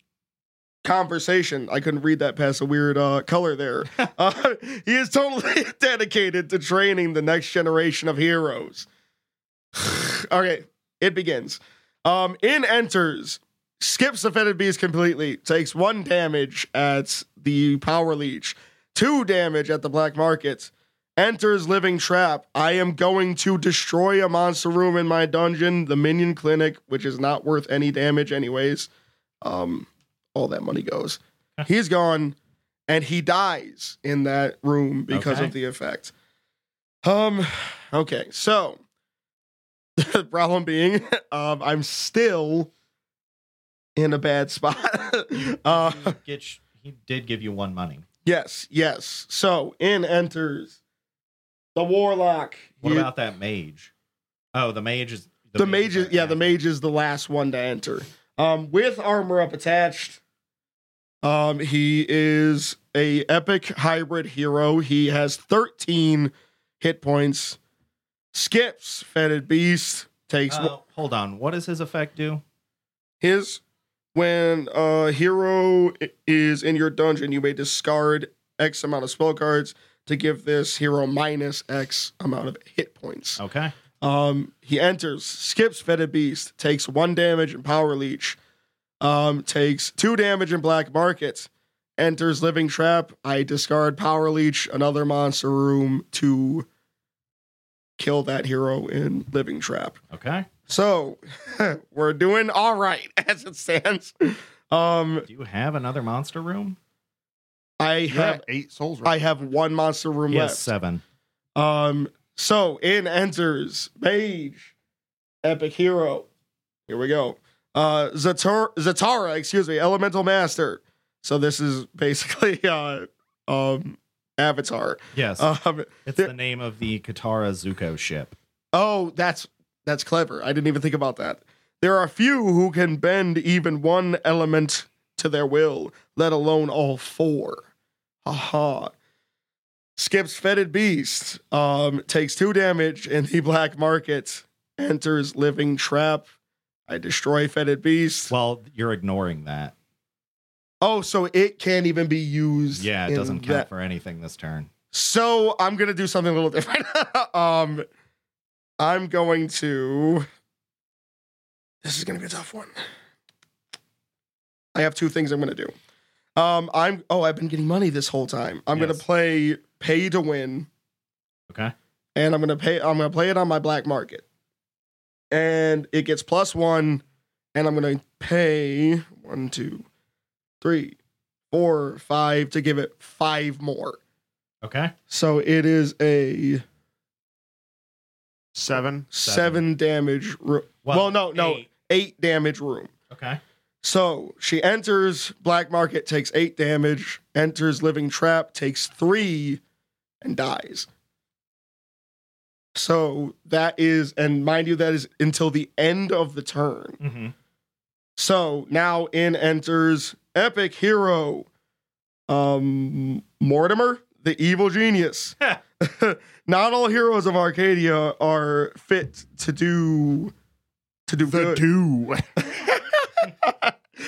C: conversation. I couldn't read that past a weird uh, color there. uh, he is totally dedicated to training the next generation of heroes. okay, it begins. Um, in enters, skips the Fetid Beast completely, takes one damage at the Power Leech, two damage at the Black Market, enters Living Trap. I am going to destroy a monster room in my dungeon, the Minion Clinic, which is not worth any damage, anyways. Um, all that money goes. He's gone, and he dies in that room because
B: Okay.
C: of the effect. Um, okay, so the problem being, um, I'm still in a bad spot. uh,
B: He, get, he did give you one money.
C: yes, yes. So in enters the warlock.
B: What
C: He-
B: about that mage? Oh, the mage is
C: the, mage? Is, yeah, the mage is the last one to enter. Um, with armor up attached. Um, he is a epic hybrid hero. He has 13 hit points. Skips fetid beast. Takes one
B: Uh, hold on. What does his effect do?
C: His when a hero i- is in your dungeon, you may discard X amount of spell cards to give this hero minus X amount of hit points.
B: Okay.
C: Um, he enters, skips Fetid Beast, takes one damage in Power Leech, um, takes two damage in Black Market, enters Living Trap. I discard Power Leech, another monster room to kill that hero in Living Trap.
B: Okay.
C: So we're doing all right as it stands. Um,
B: Do you have another monster room?
C: I
A: You have
C: have
A: eight souls. Right?
C: I have one monster room
B: He has
C: left.
B: seven.
C: Um, so in enters Mage, Epic Hero. Here we go. Uh, Zatar- Zatara, excuse me, Elemental Master. So this is basically uh, um, Avatar.
B: Yes.
C: Um,
B: it's
C: there-
B: the name of the Katara Zuko ship.
C: Oh, that's that's clever. I didn't even think about that. There are few who can bend even one element to their will, let alone all four. Aha. Skips Fetid Beast, um, takes two damage in the black market, enters Living Trap. I destroy Fetid Beast.
B: Well, you're ignoring that.
C: Oh, so it can't even be used.
B: Yeah, it
C: in
B: doesn't count
C: that-
B: for anything this turn.
C: So I'm gonna do something a little different. um, I'm going to. This is gonna be a tough one. I have two things I'm gonna do. Um, I'm oh I've been getting money this whole time. I'm gonna
B: Yes.
C: play pay to win,
B: Okay.
C: and I'm gonna pay. I'm gonna play it on my black market, and it gets plus one, and I'm gonna pay one, two, three, four, five to give it five more.
B: Okay.
C: So it is a
A: Seven.
C: seven damage room. Well, no, no.
B: eight.
C: Eight damage room.
B: Okay.
C: So she enters Black Market, takes eight damage, enters Living Trap, takes three, and dies. So that is, and mind you, that is until the end of the turn.
B: Mm-hmm.
C: So now in enters epic hero, um, Mortimer, the evil genius. Not all heroes of Arcadia are fit to do to do
A: The
C: good.
A: two.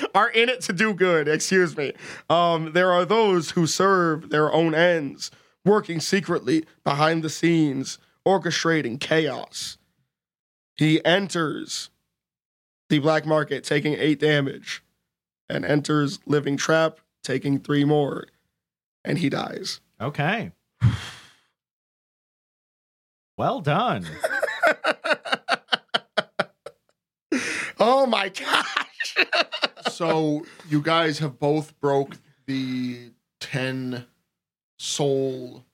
C: are in it to do good. Excuse me. Um, there are those who serve their own ends, working secretly behind the scenes, orchestrating chaos. He enters the black market, taking eight damage, and enters living trap, taking three more, and he dies.
B: Okay. Well done.
C: Oh my gosh.
A: so you guys have both broke the 10 soul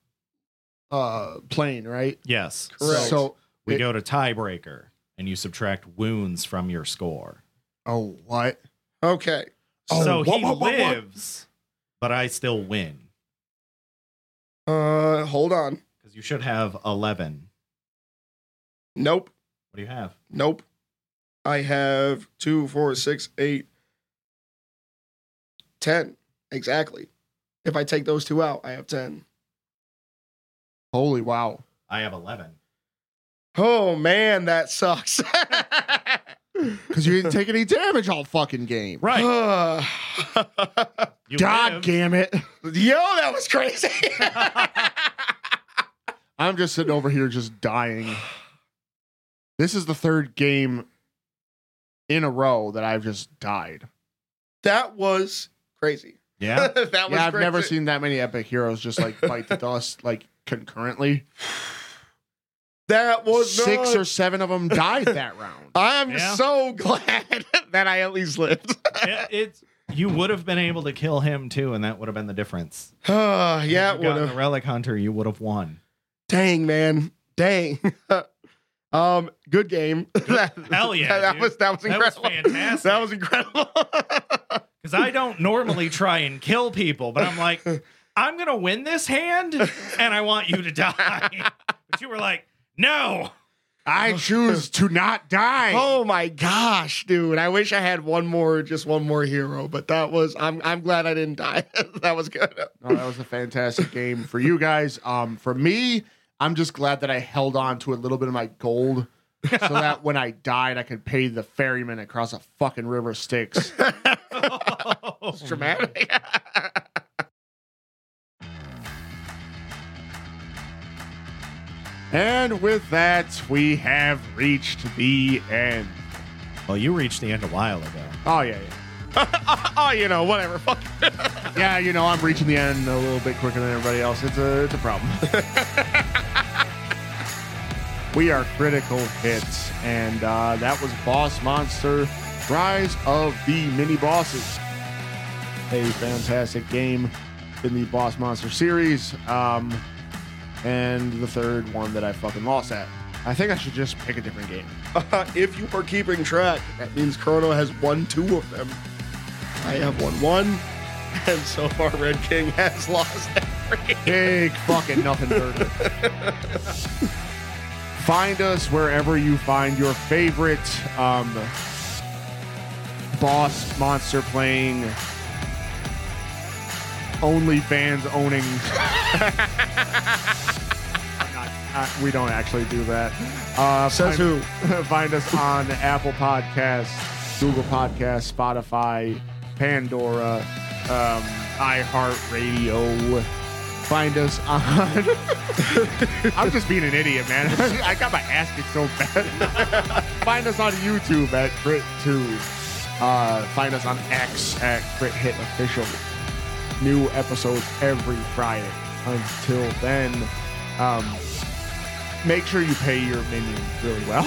A: uh plane right
B: Yes.
C: Correct.
B: So
A: so
B: we
A: It-
B: go to tiebreaker and you subtract wounds from your score.
A: oh what
C: Okay.
A: Oh,
B: so
A: what,
B: he
A: what, what, what?
B: lives, but I still win
C: Uh hold on.
B: because you should have 11.
C: Nope.
B: What do you have?
C: Nope. I have two, four, six, eight, ten. Exactly. If I take those two out, I have ten.
A: holy wow
B: I have 11.
C: Oh man, that sucks.
A: because you didn't take any damage all fucking game
B: Right. You
A: god
B: live.
A: damn it
C: Yo, that was crazy.
A: i'm just sitting over here just dying this is the third game in a row that i've just died
C: that was crazy.
B: Yeah.
C: that was
A: yeah i've never
C: crazy.
A: seen that many epic heroes just like bite the dust like concurrently
C: that
A: Oh,
C: was
A: six
C: nuts.
A: or seven of them died that round
C: I'm
B: Yeah.
C: so glad that I at least lived.
B: It- it's, you would have been able to kill him too, and that would have been the difference.
C: Ah, yeah,
B: If
C: it
B: you
C: would
B: gotten
C: have.
B: the relic hunter, you would have won.
C: Dang, man. Dang. um, good game. that,
B: Hell yeah,
C: That,
B: dude.
C: was that was
B: That was
C: incredible.
B: fantastic.
C: That was incredible.
B: Because I don't normally try and kill people, but I'm like, I'm gonna win this hand, and I want you to die. But you were like, no.
A: I choose to not die.
C: oh my gosh, dude. I wish I had one more, just one more hero, but that was I'm I'm glad I didn't die. that was good.
A: No, that was a fantastic game for you guys. Um, for me, I'm just glad that I held on to a little bit of my gold so that when I died, I could pay the ferryman across a fucking river Styx.
C: It's dramatic.
A: and with that, we have reached the end.
B: Well, you reached the end a while ago.
A: Oh yeah, yeah,
C: oh, you know, whatever. Fuck.
A: yeah. You know, I'm reaching the end a little bit quicker than everybody else. It's a, it's a problem. we are critical hits, and uh, that was Boss Monster: Rise of the Mini Bosses. a fantastic game in the Boss Monster series, um, and the third one that I fucking lost at. I think I should just pick a different game.
C: if you are keeping track, that means Chrono has won two of them. I have won one, and so far Red King has lost every.
A: Big fucking nothing burger. find us wherever you find your favorite um, boss monster playing. OnlyFans owning. I'm not- uh, we don't actually do that. Uh,
C: Says
A: find, who? Find us on Apple Podcasts, Google Podcasts, Spotify, Pandora, um, iHeartRadio. Find us on. I'm just being an idiot, man. I got my ass kicked so bad. find us on YouTube at Crit2. Uh, find us on X at Crit Hit Official. New episodes every Friday. Until then, um, make sure you pay your minions really well.